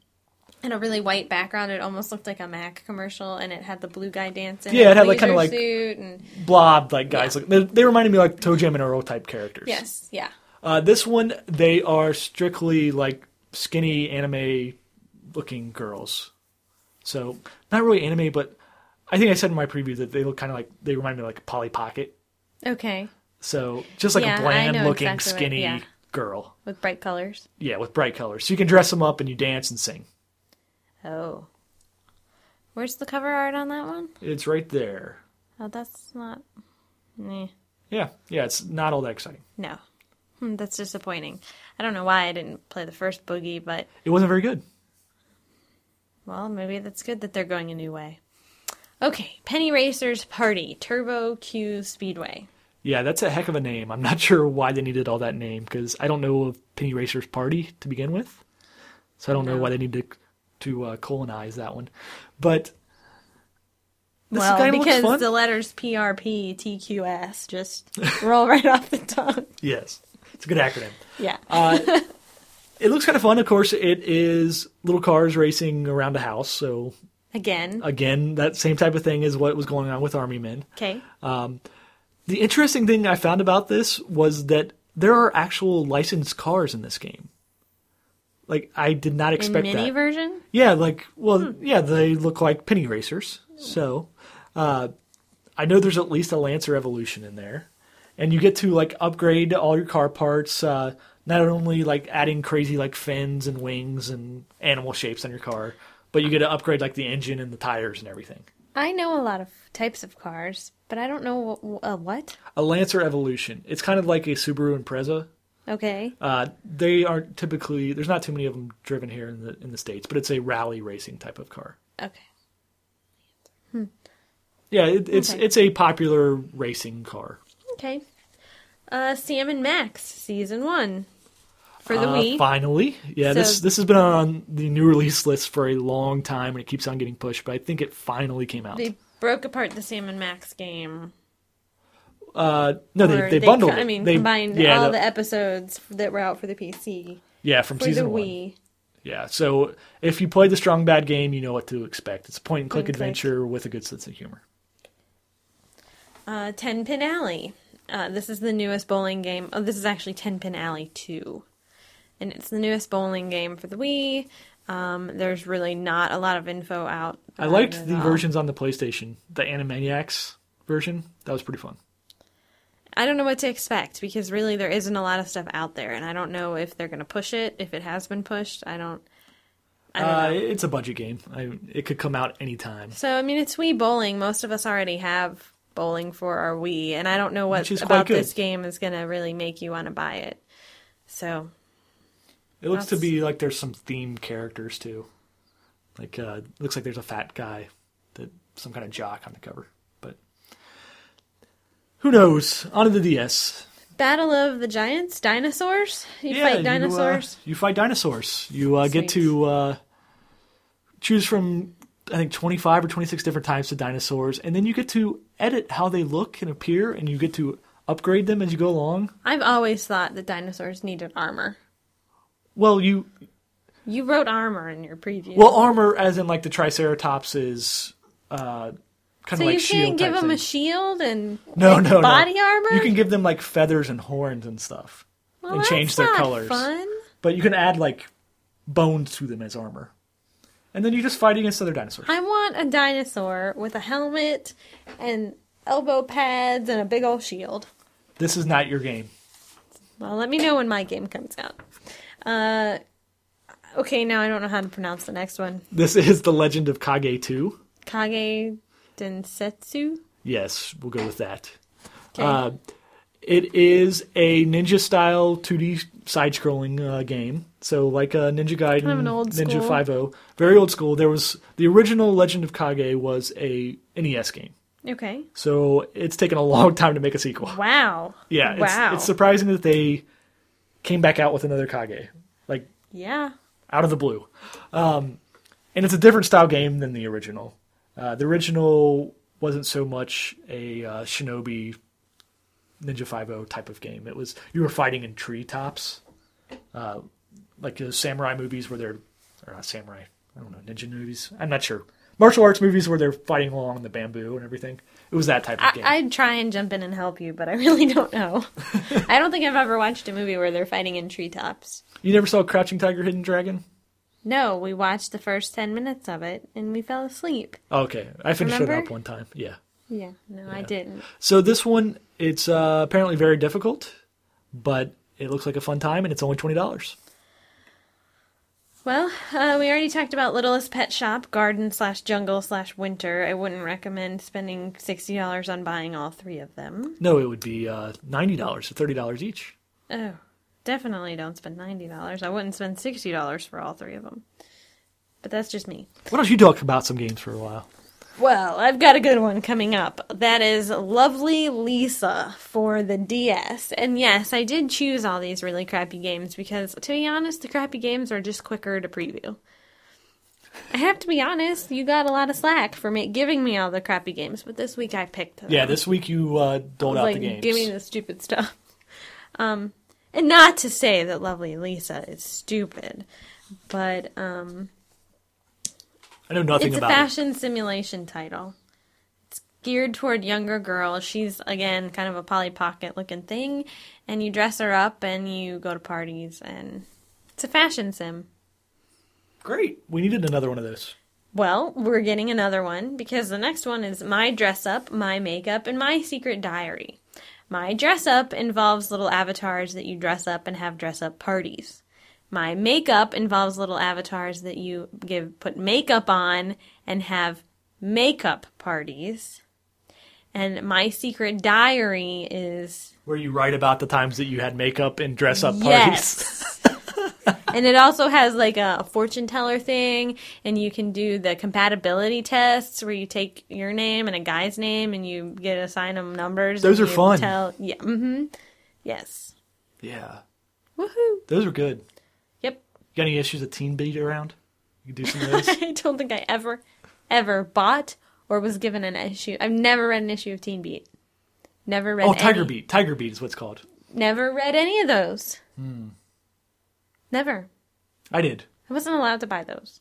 S3: in a really white background it almost looked like a mac commercial and it had the blue guy dancing
S4: Yeah, it had, like,
S3: laser
S4: kinda like-
S3: suit and
S4: blob like guys. Like they, they reminded me like Toe Jam and Earl type characters.
S3: yes yeah
S4: Uh, this one they are strictly like skinny anime looking girls. So not really anime, but I think I said in my preview that they look kind of like they remind me of, like Polly Pocket.
S3: okay
S4: So just like
S3: Yeah, I
S4: a
S3: know
S4: bland looking
S3: exactly what-
S4: skinny
S3: yeah.
S4: girl.
S3: with bright colors
S4: Yeah, with bright colors. So you can dress them up and you dance and sing.
S3: oh where's the cover art on that one?
S4: It's right there.
S3: Oh, that's not Meh.
S4: Yeah, yeah. It's not all that exciting.
S3: no Hmm, that's disappointing i don't know why i didn't play the first boogie but
S4: It wasn't very good.
S3: Well, maybe that's good that they're going a new way. Okay, Penny Racers Party Turbo Q Speedway.
S4: Yeah, that's a heck of a name. I'm not sure why they needed all that name because I don't know of Penny Racer's party to begin with, so I don't know
S3: No.
S4: why they need to to uh, colonize that one. But this
S3: well,
S4: guy looks
S3: because
S4: fun.
S3: the letters PRP TQS just roll right off the tongue.
S4: Yes, it's a good acronym.
S3: Yeah.
S4: Uh, It looks kind of fun. Of course, it is little cars racing around a house. So
S3: Again.
S4: again, that same type of thing is what was going on with Army Men.
S3: Okay.
S4: The interesting thing I found about this was that there are actual licensed cars in this game. Like I did not
S3: In
S4: expect
S3: mini
S4: that.
S3: version?
S4: Yeah, like well, yeah, they look like penny racers. So, uh, I know there's at least a Lancer Evolution in there, and you get to like upgrade all your car parts. Uh, not only like adding crazy like fins and wings and animal shapes on your car, but you get to upgrade like the engine and the tires and everything.
S3: I know a lot of types of cars, but I don't know wh- wh- uh, what.
S4: A Lancer Evolution. It's kind of like a Subaru Impreza.
S3: Okay.
S4: Uh, they aren't typically there's not too many of them driven here in the in the states, but it's a rally racing type of car.
S3: Okay.
S4: Yeah, it, it's
S3: Okay.
S4: it's a popular racing car.
S3: Okay. Uh, Sam and Max Season 1 for the
S4: Uh,
S3: Wii.
S4: Finally, yeah. this
S3: So-
S4: this has been on the new release list for a long time, and it keeps on getting pushed. But I think it finally came out.
S3: They broke apart the Sam and Max game.
S4: uh, no, they
S3: Or
S4: they bundled.
S3: co-
S4: it.
S3: I mean,
S4: they,
S3: combined
S4: yeah,
S3: all
S4: the-
S3: the, episodes that were out for the PC
S4: yeah from
S3: for
S4: season
S3: the
S4: one.
S3: Wii.
S4: Yeah, so if you play the strong bad game, you know what to expect. It's a point and click
S3: Point and click.
S4: adventure with a good sense of humor.
S3: Uh, Ten Pin Alley. Uh, this is the newest bowling game. Oh, this is actually Ten Pin Alley Two, and it's the newest bowling game for the Wii. Um, there's really not a lot of info out.
S4: I
S3: about it
S4: liked
S3: at
S4: the
S3: all.
S4: versions on the PlayStation, the Animaniacs version. That was pretty fun.
S3: I don't know what to expect because really there isn't a lot of stuff out there, and I don't know if they're going to push it. If it has been pushed, I don't. I don't
S4: Uh,
S3: know.
S4: it's a budget game. I, it could come out anytime.
S3: So I mean, it's Wii bowling. Most of us already have bowling for our Wii, and I don't know what
S4: Which is quite
S3: about
S4: good.
S3: this game is going to really make you want to buy it. So
S4: It looks to
S3: That's-
S4: be like there's some themed characters too. Like uh looks like there's a fat guy that some kind of jock on the cover. But who knows? On to the DS.
S3: Battle of the Giants, dinosaurs. You
S4: you, uh,
S3: fight dinosaurs.
S4: You, fight dinosaurs. You uh, get
S3: Sweet.
S4: to uh choose from I think 25 or 26 different types of dinosaurs and then you get to edit how they look and appear and you get to upgrade them as you go along.
S3: I've always thought that dinosaurs needed armor.
S4: Well, you
S3: You wrote armor in your preview.
S4: well armor as in like the triceratops is uh kind
S3: so
S4: of like
S3: you
S4: shield
S3: can't give
S4: type
S3: them
S4: thing.
S3: a shield and
S4: No,
S3: like,
S4: no, no.
S3: body armor.
S4: You can give them like feathers and horns and stuff,
S3: Well,
S4: and
S3: that's
S4: change their
S3: not
S4: colors.
S3: Fun.
S4: But you can add like bones to them as armor. and then you just fight against other dinosaurs.
S3: I want a dinosaur with a helmet and elbow pads and a big old shield.
S4: This is not your game.
S3: Well, let me know when my game comes out. Uh, okay, now I don't know how to pronounce the next one.
S4: This is the Legend of Kage 2.
S3: Kage Densetsu?
S4: Yes, we'll go with that.
S3: Okay.
S4: Uh, it is a ninja style 2D side scrolling uh, game. So, like a Ninja Gaiden,
S3: of an old
S4: Ninja
S3: school.
S4: 5.0. Very old school. There was The original Legend of Kage was a NES game.
S3: okay.
S4: So, it's taken a long time to make a sequel.
S3: Wow.
S4: Yeah, it's,
S3: Wow.
S4: it's surprising that they came back out with another Kage. Like,
S3: yeah.
S4: out of the blue. Um, and it's a different style game than the original. Uh, the original wasn't so much a uh, shinobi ninja 5.0 type of game. It was you were fighting in treetops, uh, like those samurai movies where they're or not samurai. I don't know ninja movies. I'm not sure. Martial arts movies where they're fighting along the bamboo and everything. It was that type of
S3: I,
S4: game.
S3: I'd try and jump in and help you, but I really don't know. I don't think I've ever watched a movie where they're fighting in treetops.
S4: you never saw Crouching Tiger, Hidden Dragon?
S3: No, we watched the first 10 minutes of it and we fell asleep.
S4: Oh, okay, I finished it
S3: Remember?
S4: up one time. Yeah.
S3: Yeah, no, I didn't.
S4: So this one, it's uh, apparently very difficult, but it looks like a fun time, and it's only twenty dollars.
S3: Well, uh, we already talked about Littlest Pet Shop, Garden slash Jungle slash Winter. I wouldn't recommend spending $60 on buying all three of them.
S4: No, it would be uh, ninety dollars, so thirty dollars each.
S3: Oh, definitely don't spend $90. I wouldn't spend $60 for all three of them. But that's just me.
S4: Why don't you talk about some games for a while?
S3: Well, I've got a good one coming up. That is Lovely Lisa for the DS. And yes, I did choose all these really crappy games because, to be honest, the crappy games are just quicker to preview. I have to be honest, you got a lot of slack for me giving me all the crappy games, but this week I picked them.
S4: Yeah, this week you uh, doled out
S3: like,
S4: the games.
S3: give me the stupid stuff. Um, and not to say that Lovely Lisa is stupid, but um,
S4: I know nothing
S3: it's a
S4: about
S3: fashion simulation title. It's geared toward younger girls. She's again kind of a Polly Pocket looking thing, and you dress her up and you go to parties and it's a fashion sim.
S4: it. Great, we needed another one of those.
S3: Well, we're getting another one because the next one is my dress up, my makeup, and my secret diary. My dress up involves little avatars that you dress up and have dress up parties. My makeup involves little avatars that you give put makeup on and have makeup parties. And my secret diary is
S4: Where you write about the times that you had makeup and dress up parties.
S3: Yes. and it also has like a, a fortune teller thing, and you can do the compatibility tests where you take your name and a guy's name and you get to assign them numbers.
S4: Those
S3: and
S4: are
S3: you
S4: fun.
S3: Tell, yeah. Mm-hmm. Yes.
S4: Yeah,
S3: Woohoo.
S4: those were good.
S3: Yep.
S4: Got any issues with Teen Beat around? You can do some of those.
S3: I don't think I ever, ever bought or was given an issue. I've never read an issue of Teen Beat. Never read.
S4: oh, Tiger
S3: any-
S4: Beat. Tiger Beat is what's called.
S3: Never read any of those.
S4: Hmm.
S3: Never.
S4: I did.
S3: I wasn't allowed to buy those.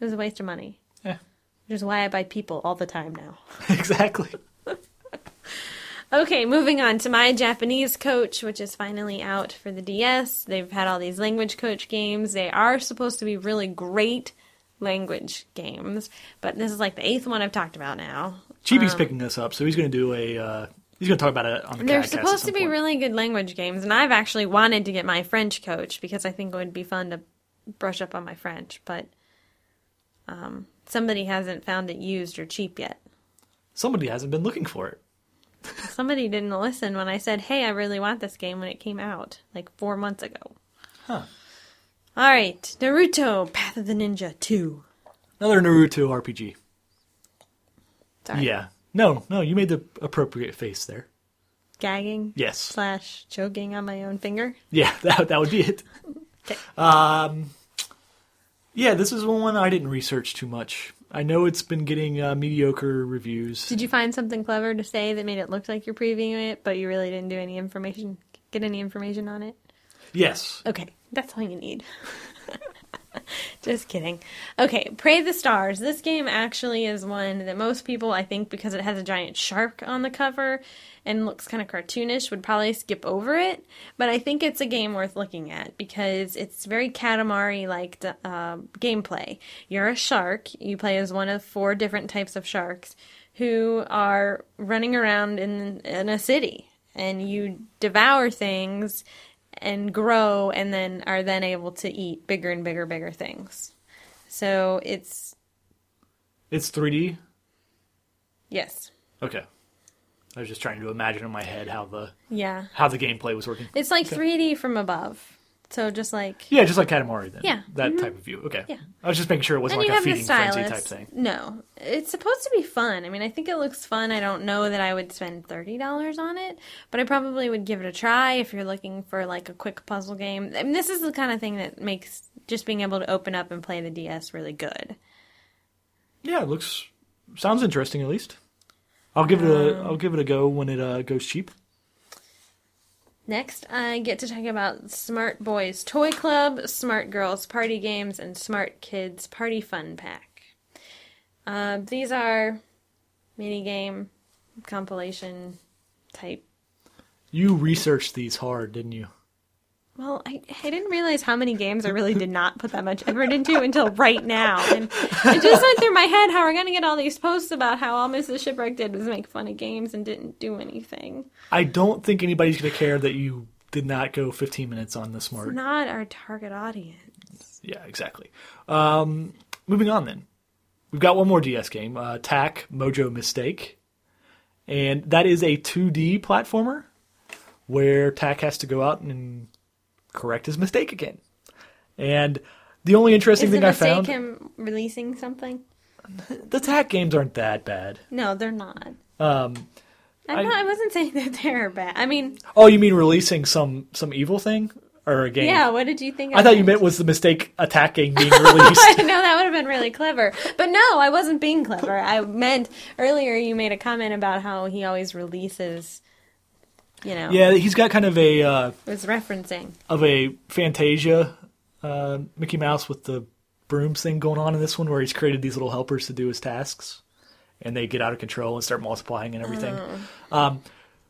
S3: It was a waste of money.
S4: Yeah,
S3: Which is why I buy people all the time now.
S4: exactly.
S3: Okay, moving on to my Japanese coach, which is finally out for the DS. They've had all these language coach games. They are supposed to be really great language games, but this is like the eighth one I've talked about now. Um,
S4: Chibi's picking this up, so he's going to do a. Uh, he's going to talk about it on the.
S3: They're
S4: Cadcast at
S3: supposed
S4: some
S3: to be
S4: point.
S3: really good language games, and I've actually wanted to get my French coach because I think it would be fun to brush up on my French, but um, somebody hasn't found it used or cheap yet.
S4: Somebody hasn't been looking for it.
S3: Somebody didn't listen when I said, "Hey, I really want this game" when it came out like 4 months ago.
S4: Huh.
S3: All right, Naruto: Path of the Ninja 2.
S4: Another Naruto RPG.
S3: Sorry.
S4: Yeah. No, no, you made the appropriate face there.
S3: Gagging
S4: Yes.
S3: slash choking on my own finger.
S4: Yeah, that that would be it. Um, yeah, this is one I didn't research too much. I know it's been getting uh, mediocre reviews.
S3: Did you find something clever to say that made it look like you're previewing it, but you really didn't do any information get any information on it?
S4: Yes.
S3: Okay, that's all you need. Just kidding. Okay, Pray the Stars. This game actually is one that most people, I think, because it has a giant shark on the cover and looks kind of cartoonish, would probably skip over it. But I think it's a game worth looking at because it's very Katamari like uh, gameplay. You're a shark, you play as one of four different types of sharks who are running around in, in a city and you devour things and grow and then are then able to eat bigger and bigger bigger things so it's
S4: It's 3D.
S3: yes
S4: Okay. I was just trying to imagine in my head how the
S3: yeah
S4: how the gameplay was working.
S3: it's like 3d from above so just like
S4: Yeah, just like Katamari then.
S3: Yeah. Mm-hmm.
S4: That type of view. Okay.
S3: Yeah.
S4: I was just making sure it wasn't
S3: and you
S4: like a
S3: have the
S4: feeding frenzy
S3: stylus
S4: type thing.
S3: no it's supposed to be fun i mean i think it looks fun i don't know that i would spend $30 on it but i probably would give it a try if you're looking for like a quick puzzle game I mean, this is the kind of thing that makes just being able to open up and play the ds really good
S4: Yeah, it looks sounds interesting at least. I'll give it a
S3: Um.
S4: I'll give it a go when it uh, goes cheap.
S3: Next, I get to talk about Smart Boys Toy Club, Smart Girls Party Games, and Smart Kids Party Fun Pack. Uh, these are minigame compilation type.
S4: You researched these hard, didn't you?
S3: Well, I, I didn't realize how many games I really did not put that much effort into until right now. And it just went through my head how we're going to get all these posts about how all Mrs. Shipwreck did was make fun of games and didn't do anything.
S4: I don't think anybody's going to care that you did not go 15 minutes on the smart.
S3: Not our target audience.
S4: Yeah, exactly. Um, moving on then. We've got one more DS game, uh, Tack Mojo Mistake. And that is a 2D platformer where Tack has to go out and correct his mistake again. And the only interesting
S3: Is the
S4: thing I
S3: mistake
S4: found
S3: him releasing something?
S4: the Tack games aren't that bad.
S3: No, they're not. Um, I'm
S4: I-
S3: not, I wasn't saying that they're bad. I mean,
S4: Oh, you mean releasing some some evil thing or a game?
S3: yeah. What did you think?
S4: I thought you
S3: meant-
S4: meant was the mistake attacking being released.
S3: no, that would have been really clever. But no, I wasn't being clever. I meant earlier you made a comment about how he always releases. You know,
S4: yeah, he's got kind of a uh,
S3: it was referencing.
S4: of a Fantasia uh, Mickey Mouse with the brooms thing going on in this one, where he's created these little helpers to do his tasks, and they get out of control and start multiplying and everything. Um,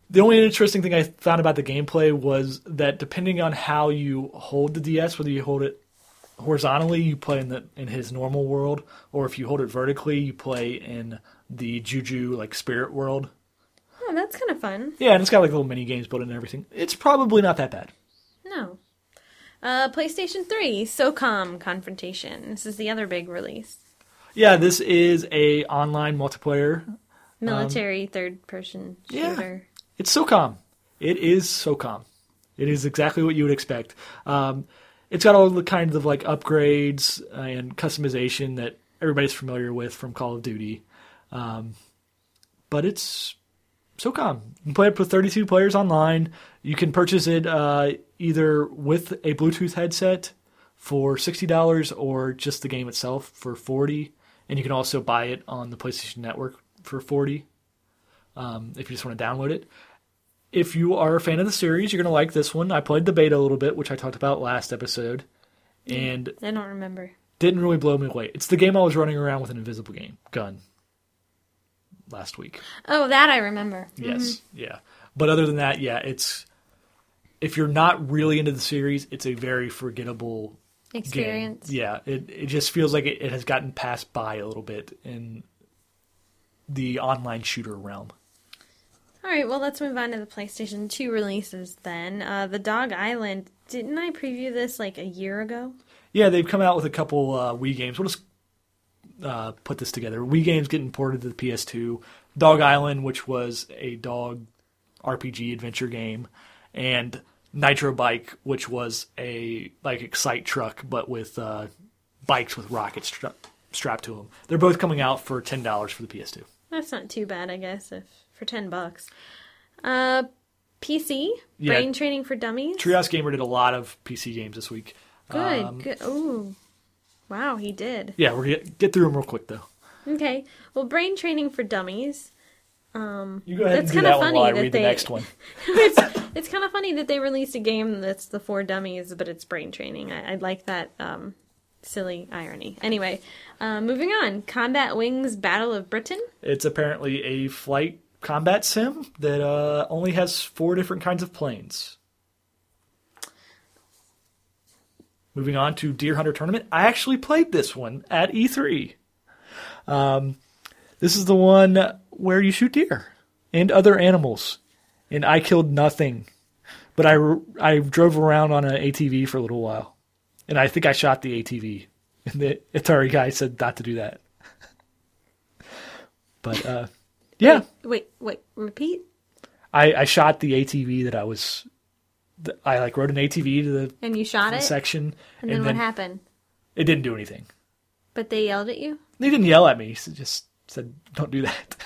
S4: the only interesting thing I found about the gameplay was that depending on how you hold the DS, whether you hold it horizontally, you play in the in his normal world, or if you hold it vertically, you play in the Juju like spirit world.
S3: Oh, that's kind of fun.
S4: Yeah, and it's got like little mini games built in and everything. It's probably not that bad.
S3: No. Uh, PlayStation 3, SOCOM Confrontation. This is the other big release.
S4: Yeah, this is a online multiplayer.
S3: Military third person
S4: Um, yeah.
S3: shooter.
S4: It's SOCOM. It is SOCOM. It is exactly what you would expect. Um, it's got all the kinds of like upgrades and customization that everybody's familiar with from Call of Duty. Um, but it's SOCOM. You can play it with 32 players online. You can purchase it uh, either with a Bluetooth headset for $60 or just the game itself for 40 And you can also buy it on the PlayStation Network for 40 um, if you just want to download it. If you are a fan of the series, you're going to like this one. I played the beta a little bit, which I talked about last episode, and
S3: I don't remember.
S4: didn't really blow me away. It's the game I was running around with an invisible game gun last week.
S3: Oh, that I remember.
S4: Yes, yeah. But other than that, yeah, it's if you're not really into the series, it's a very forgettable game.
S3: Experience.
S4: Yeah, it it just feels like it, it has gotten passed by a little bit in the online shooter realm.
S3: All right, well, let's move on to the PlayStation 2 releases then. Uh, the Dog Island, didn't I preview this like a year ago?
S4: Yeah, they've come out with a couple uh, Wii games. We'll just uh, put this together. Wii games getting ported to the PS2. Dog Island, which was a dog RPG adventure game, and Nitro Bike, which was a like Excite truck but with uh, bikes with rockets stra- strapped to them. They're both coming out for ten dollars for the PS2.
S3: That's not too bad, I guess, if for 10 bucks. Uh, PC,
S4: Yeah.
S3: Brain Training for Dummies.
S4: Trios Gamer did a lot of PC games this week.
S3: Good, good. Oh, wow, he did.
S4: Yeah, we're gonna get through them real quick though.
S3: Okay, well, Brain Training for Dummies.
S4: You go ahead
S3: That's
S4: and do
S3: kinda
S4: that one
S3: funny
S4: while I
S3: that
S4: read
S3: they-
S4: the next one.
S3: it's it's kind of funny that they released a game that's the four dummies, but it's brain training. I, I like that um, Silly irony. Anyway, uh, moving on. Combat Wings Battle of Britain.
S4: It's apparently a flight combat sim that uh, only has four different kinds of planes. Moving on to Deer Hunter Tournament. I actually played this one at E3. Um, this is the one where you shoot deer and other animals, and I killed nothing. But I, I drove around on an ATV for a little while, and I think I shot the ATV. And the Atari guy said not to do that. But uh, yeah,
S3: Wait, wait, repeat?
S4: I, I shot the ATV that I was. th- I like rode an ATV to the
S3: And you shot it?
S4: section,
S3: And then what happened?
S4: It didn't do anything.
S3: But they yelled at you?
S4: They didn't yell at me. So just said, "Don't do that."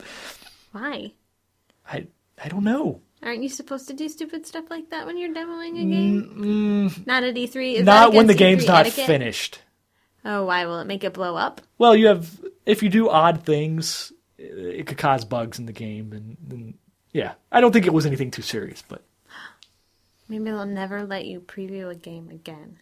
S3: Why?
S4: I I don't know.
S3: Aren't you supposed to do stupid stuff like that when you're demoing a game? Not at E3. Is that
S4: Mm, not when the
S3: against E3
S4: game's not
S3: etiquette?
S4: finished.
S3: Oh, why will it make it blow up?
S4: Well, you have if you do odd things, i- it could cause bugs in the game, and, and yeah, I don't think it was anything too serious, but
S3: Maybe they'll never let you preview a game again.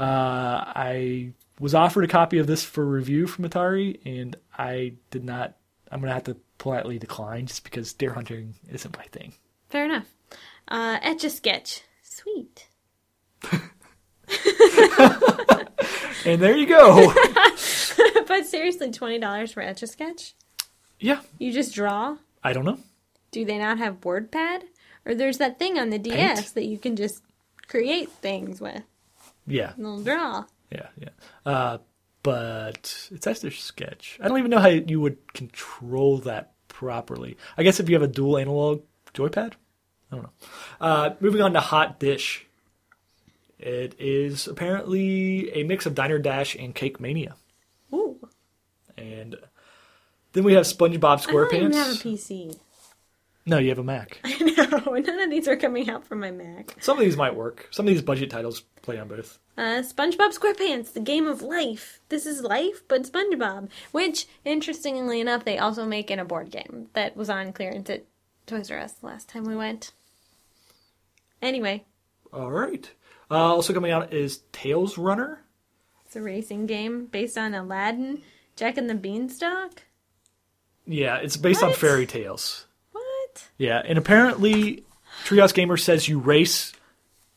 S4: Uh, I was offered a copy of this for review from Atari, and I did not. I'm gonna have to politely decline just because deer hunting isn't my thing.
S3: Fair enough. Uh, etch a sketch. Sweet.
S4: And there you go.
S3: but seriously, twenty dollars for etch a sketch?
S4: yeah,
S3: You just draw?
S4: I don't know.
S3: Do they not have WordPad? Or there's that thing on the DS that you can just create things with.
S4: Yeah,
S3: And they'll draw.
S4: yeah, yeah. Uh, but it's actually a sketch. I don't even know how you would control that properly. I guess if you have a dual analog joypad. I don't know. Uh, moving on to Hot Dish. It is apparently a mix of Diner Dash and Cake Mania.
S3: Ooh.
S4: And then we have SpongeBob
S3: I don't even
S4: SquarePants.
S3: have a PC.
S4: no, you have a Mac.
S3: No, none of these are coming out from my Mac.
S4: Some of these might work. Some of these budget titles play on both.
S3: Uh, SpongeBob SquarePants, the game of life. This is life, but SpongeBob, which, interestingly enough, they also make in a board game that was on clearance at Toys R Us the last time we went. Anyway,
S4: All right. Uh, also coming out is Tails Runner.
S3: it's a racing game based on Aladdin, Jack and the Beanstalk.
S4: Yeah, it's based on
S3: What?
S4: fairy tales.
S3: What?
S4: Yeah, and apparently Treehouse Gamer says you race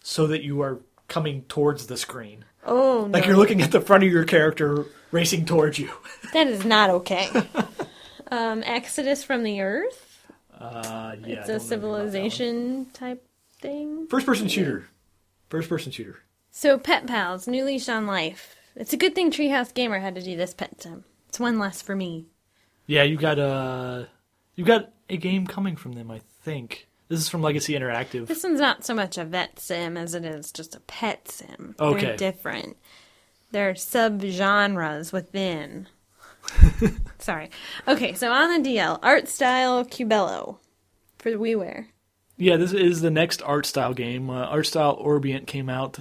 S4: so that you are coming towards the screen.
S3: Oh,
S4: Like
S3: no.
S4: you're looking at the front of your character racing towards you.
S3: That is not okay. um, Exodus from the Earth.
S4: Uh, yeah, I don't
S3: It's
S4: know
S3: a
S4: anything about that one.
S3: civilization type thing.
S4: First person shooter. First person shooter.
S3: So, Pet Pals, New Leash on Life. It's a good thing Treehouse Gamer had to do this pet sim. It's one less for me.
S4: Yeah, you got a you got a game coming from them, I think. This is from Legacy Interactive.
S3: This one's not so much a vet sim as it is just a pet sim.
S4: Okay.
S3: They're different. They're subgenres within. Sorry. Okay, so on the DL, art style Cubello for the WiiWare.
S4: Yeah, this is the next art style game. Uh, art style Orbient came out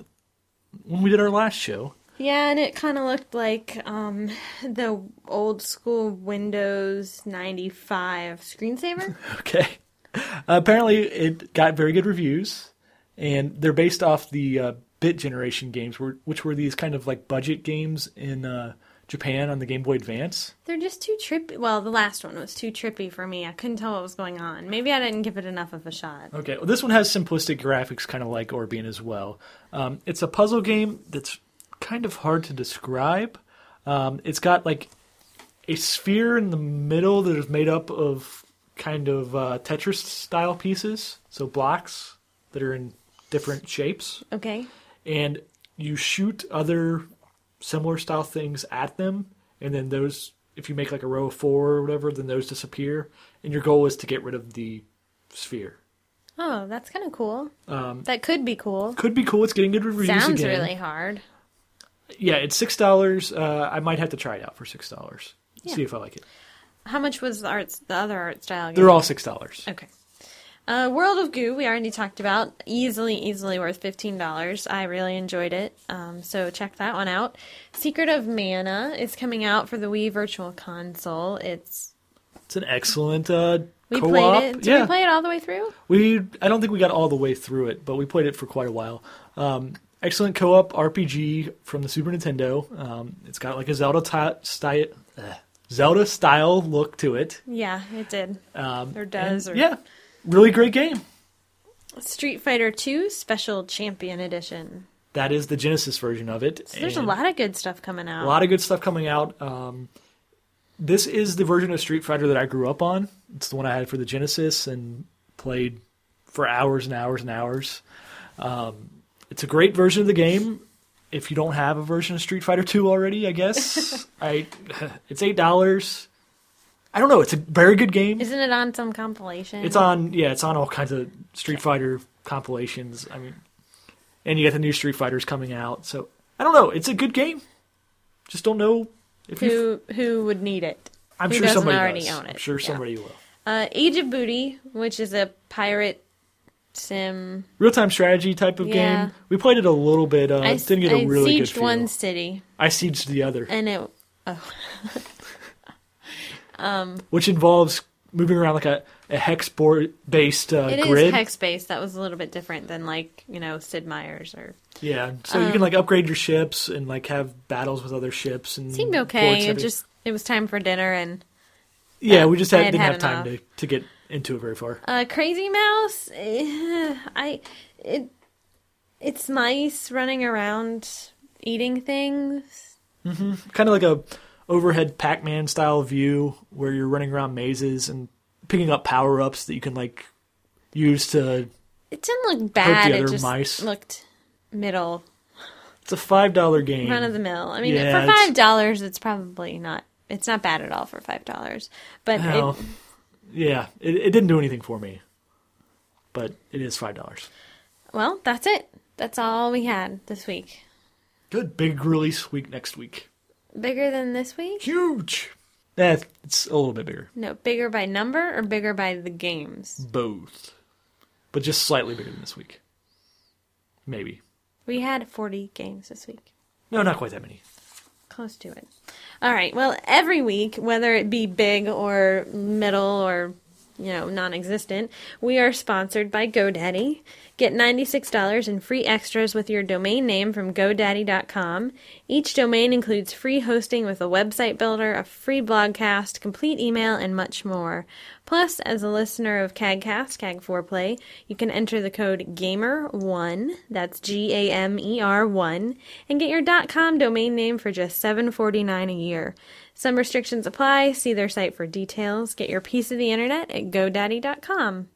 S4: when we did our last show.
S3: Yeah, and it kind of looked like um, the old school Windows 95 screensaver.
S4: Okay. Uh, apparently, it got very good reviews, and they're based off the uh, Bit Generation games, were- which were these kind of like budget games in uh, Japan on the Game Boy Advance.
S3: They're just too trippy. Well, the last one was too trippy for me. I couldn't tell what was going on. Maybe I didn't give it enough of a shot.
S4: Okay, well, this one has simplistic graphics, kind of like Orbian as well. Um, it's a puzzle game that's kind of hard to describe. Um, it's got like a sphere in the middle that is made up of kind of uh, Tetris style pieces, so blocks that are in different shapes,
S3: Okay.
S4: and you shoot other similar style things at them, and then those, if you make like a row of four or whatever, then those disappear, and your goal is to get rid of the sphere.
S3: Oh, that's kind of cool. Um, that could be cool.
S4: could be cool. It's getting good reviews
S3: Sounds
S4: again.
S3: really hard.
S4: Yeah, it's six dollars. Uh, I might have to try it out for six dollars. See if I like it.
S3: How much was the arts? The other art style? Game?
S4: They're all six dollars.
S3: okay. Uh, World of Goo, we already talked about. Easily, easily worth fifteen dollars. I really enjoyed it. Um, so check that one out. Secret of Mana is coming out for the Wii Virtual Console. It's
S4: It's an excellent uh,
S3: we
S4: co-op.
S3: played it. Did
S4: yeah,
S3: we play it all the way through?
S4: We- I don't think we got all the way through it, but we played it for quite a while. Um, excellent co-op RPG from the Super Nintendo. Um, it's got like a Zelda ti- sty- uh, Zelda style look to it.
S3: Yeah, it did. Um, or does.
S4: And,
S3: or
S4: Yeah, really great game.
S3: Street Fighter 2 Special Champion Edition.
S4: That is the Genesis version of it.
S3: So there's
S4: and
S3: a lot of good stuff coming out.
S4: a lot of good stuff coming out. Um, this is the version of Street Fighter that I grew up on. It's the one I had for the Genesis and played for hours and hours and hours. Um, it's a great version of the game. If you don't have a version of Street Fighter Two already, I guess I it's eight dollars. I don't know. It's a very good game.
S3: Isn't it on some compilation?
S4: It's on, yeah, it's on all kinds of Street Fighter compilations. I mean, and you got the new Street Fighters coming out. So I don't know. It's a good game. Just don't know if you.
S3: Who who would need it?
S4: I'm
S3: who
S4: sure
S3: doesn't
S4: somebody
S3: already
S4: does.
S3: own
S4: I'm
S3: it?
S4: sure
S3: Yeah.
S4: somebody will.
S3: Uh, Age of Booty, which is a pirate sim.
S4: Real time strategy type of
S3: Yeah.
S4: game. We played it a little bit. Uh,
S3: I
S4: didn't get a
S3: I
S4: really good
S3: sieged
S4: feel.
S3: one city,
S4: I sieged the other,
S3: and it. Oh,
S4: which involves moving around like a, a hex board based uh,
S3: it is
S4: grid.
S3: hex based. That was a little bit different than like you know Sid Meier's or
S4: yeah, so
S3: um,
S4: you can like upgrade your ships and like have battles with other ships. And
S3: seemed
S4: Mm, board
S3: okay. It
S4: setting.
S3: just it was time for dinner and
S4: yeah, we just
S3: I
S4: had,
S3: had
S4: didn't
S3: had
S4: have time
S3: enough.
S4: to, to get into it very far.
S3: uh, Crazy Mouse. eh, I it it's nice running around eating things.
S4: kind of like a overhead Pac-Man style view where you're running around mazes and picking up power-ups that you can like use to
S3: It didn't look bad. It
S4: other
S3: just
S4: mice.
S3: looked middle
S4: it's a five dollar game
S3: run of the mill. I mean,
S4: Mm. Yeah,
S3: for
S4: it's-
S3: five dollars, it's probably not. It's not bad at all for five dollars. But
S4: Well,
S3: it,
S4: yeah it, it didn't do anything for me but it is five dollars
S3: well, that's it. That's all we had this week.
S4: good big release week next week
S3: Bigger than this week?
S4: huge that it's a little bit bigger
S3: No, bigger by number or bigger by the games.
S4: both but just slightly bigger than this week maybe
S3: We had forty games this week.
S4: no not quite that many
S3: Close to it. All right. Well, every week, whether it be big or middle or you know non-existent, we are sponsored by GoDaddy. Get ninety-six dollars in free extras with your domain name from GoDaddy.com. Each domain includes free hosting with a website builder, a free blogcast, complete email, and much more. Plus, as a listener of CAGcast, CAG4Play, you can enter the code GAMER1, that's G A M E R 1, and get your .com domain name for just $7.49 a year. Some restrictions apply. See their site for details. Get your piece of the internet at GoDaddy.com.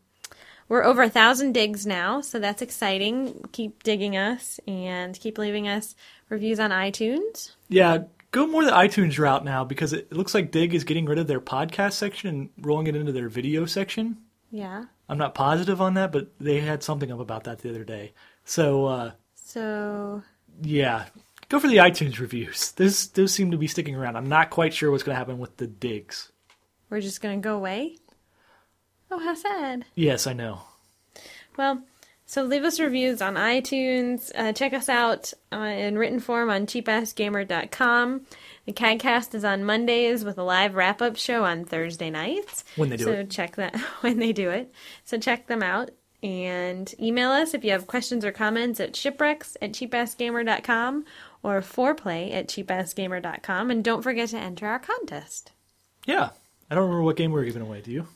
S3: We're over a thousand digs now, so that's exciting. Keep digging us and keep leaving us reviews on iTunes.
S4: Yeah, go more the iTunes route now because it it looks like Dig is getting rid of their podcast section and rolling it into their video section.
S3: Yeah.
S4: I'm not positive on that, but they had something up about that the other day. So uh,
S3: So
S4: yeah, go for the iTunes reviews. Those those seem to be sticking around. I'm not quite sure what's going to happen with the digs.
S3: we're just gonna go away. Oh, how sad.
S4: Yes, I know.
S3: Well, so leave us reviews on iTunes. Uh, check us out uh, in written form on cheapassgamer.com. The CADcast is on Mondays with a live wrap up show on Thursday nights.
S4: When they do
S3: so
S4: it.
S3: check that when they do it. So check them out and email us if you have questions or comments at shipwrecks at cheapassgamer.com or foreplay at cheapassgamer.com. And don't forget to enter our contest.
S4: Yeah, I don't remember what game we were giving away. Do you?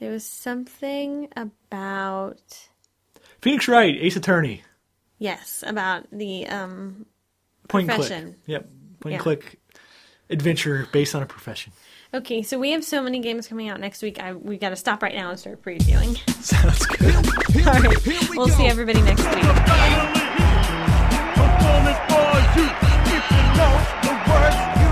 S3: It was something about.
S4: Phoenix Wright, Ace Attorney,
S3: Yes, about the um
S4: point and click.
S3: Profession.
S4: Yep, point
S3: Yeah.
S4: and click adventure based on a profession.
S3: Okay, so we have so many games coming out next week. I, we got to stop right now and start previewing.
S4: Sounds good.
S3: All right, we'll see everybody next week.
S2: Performance for you. If you know the words, you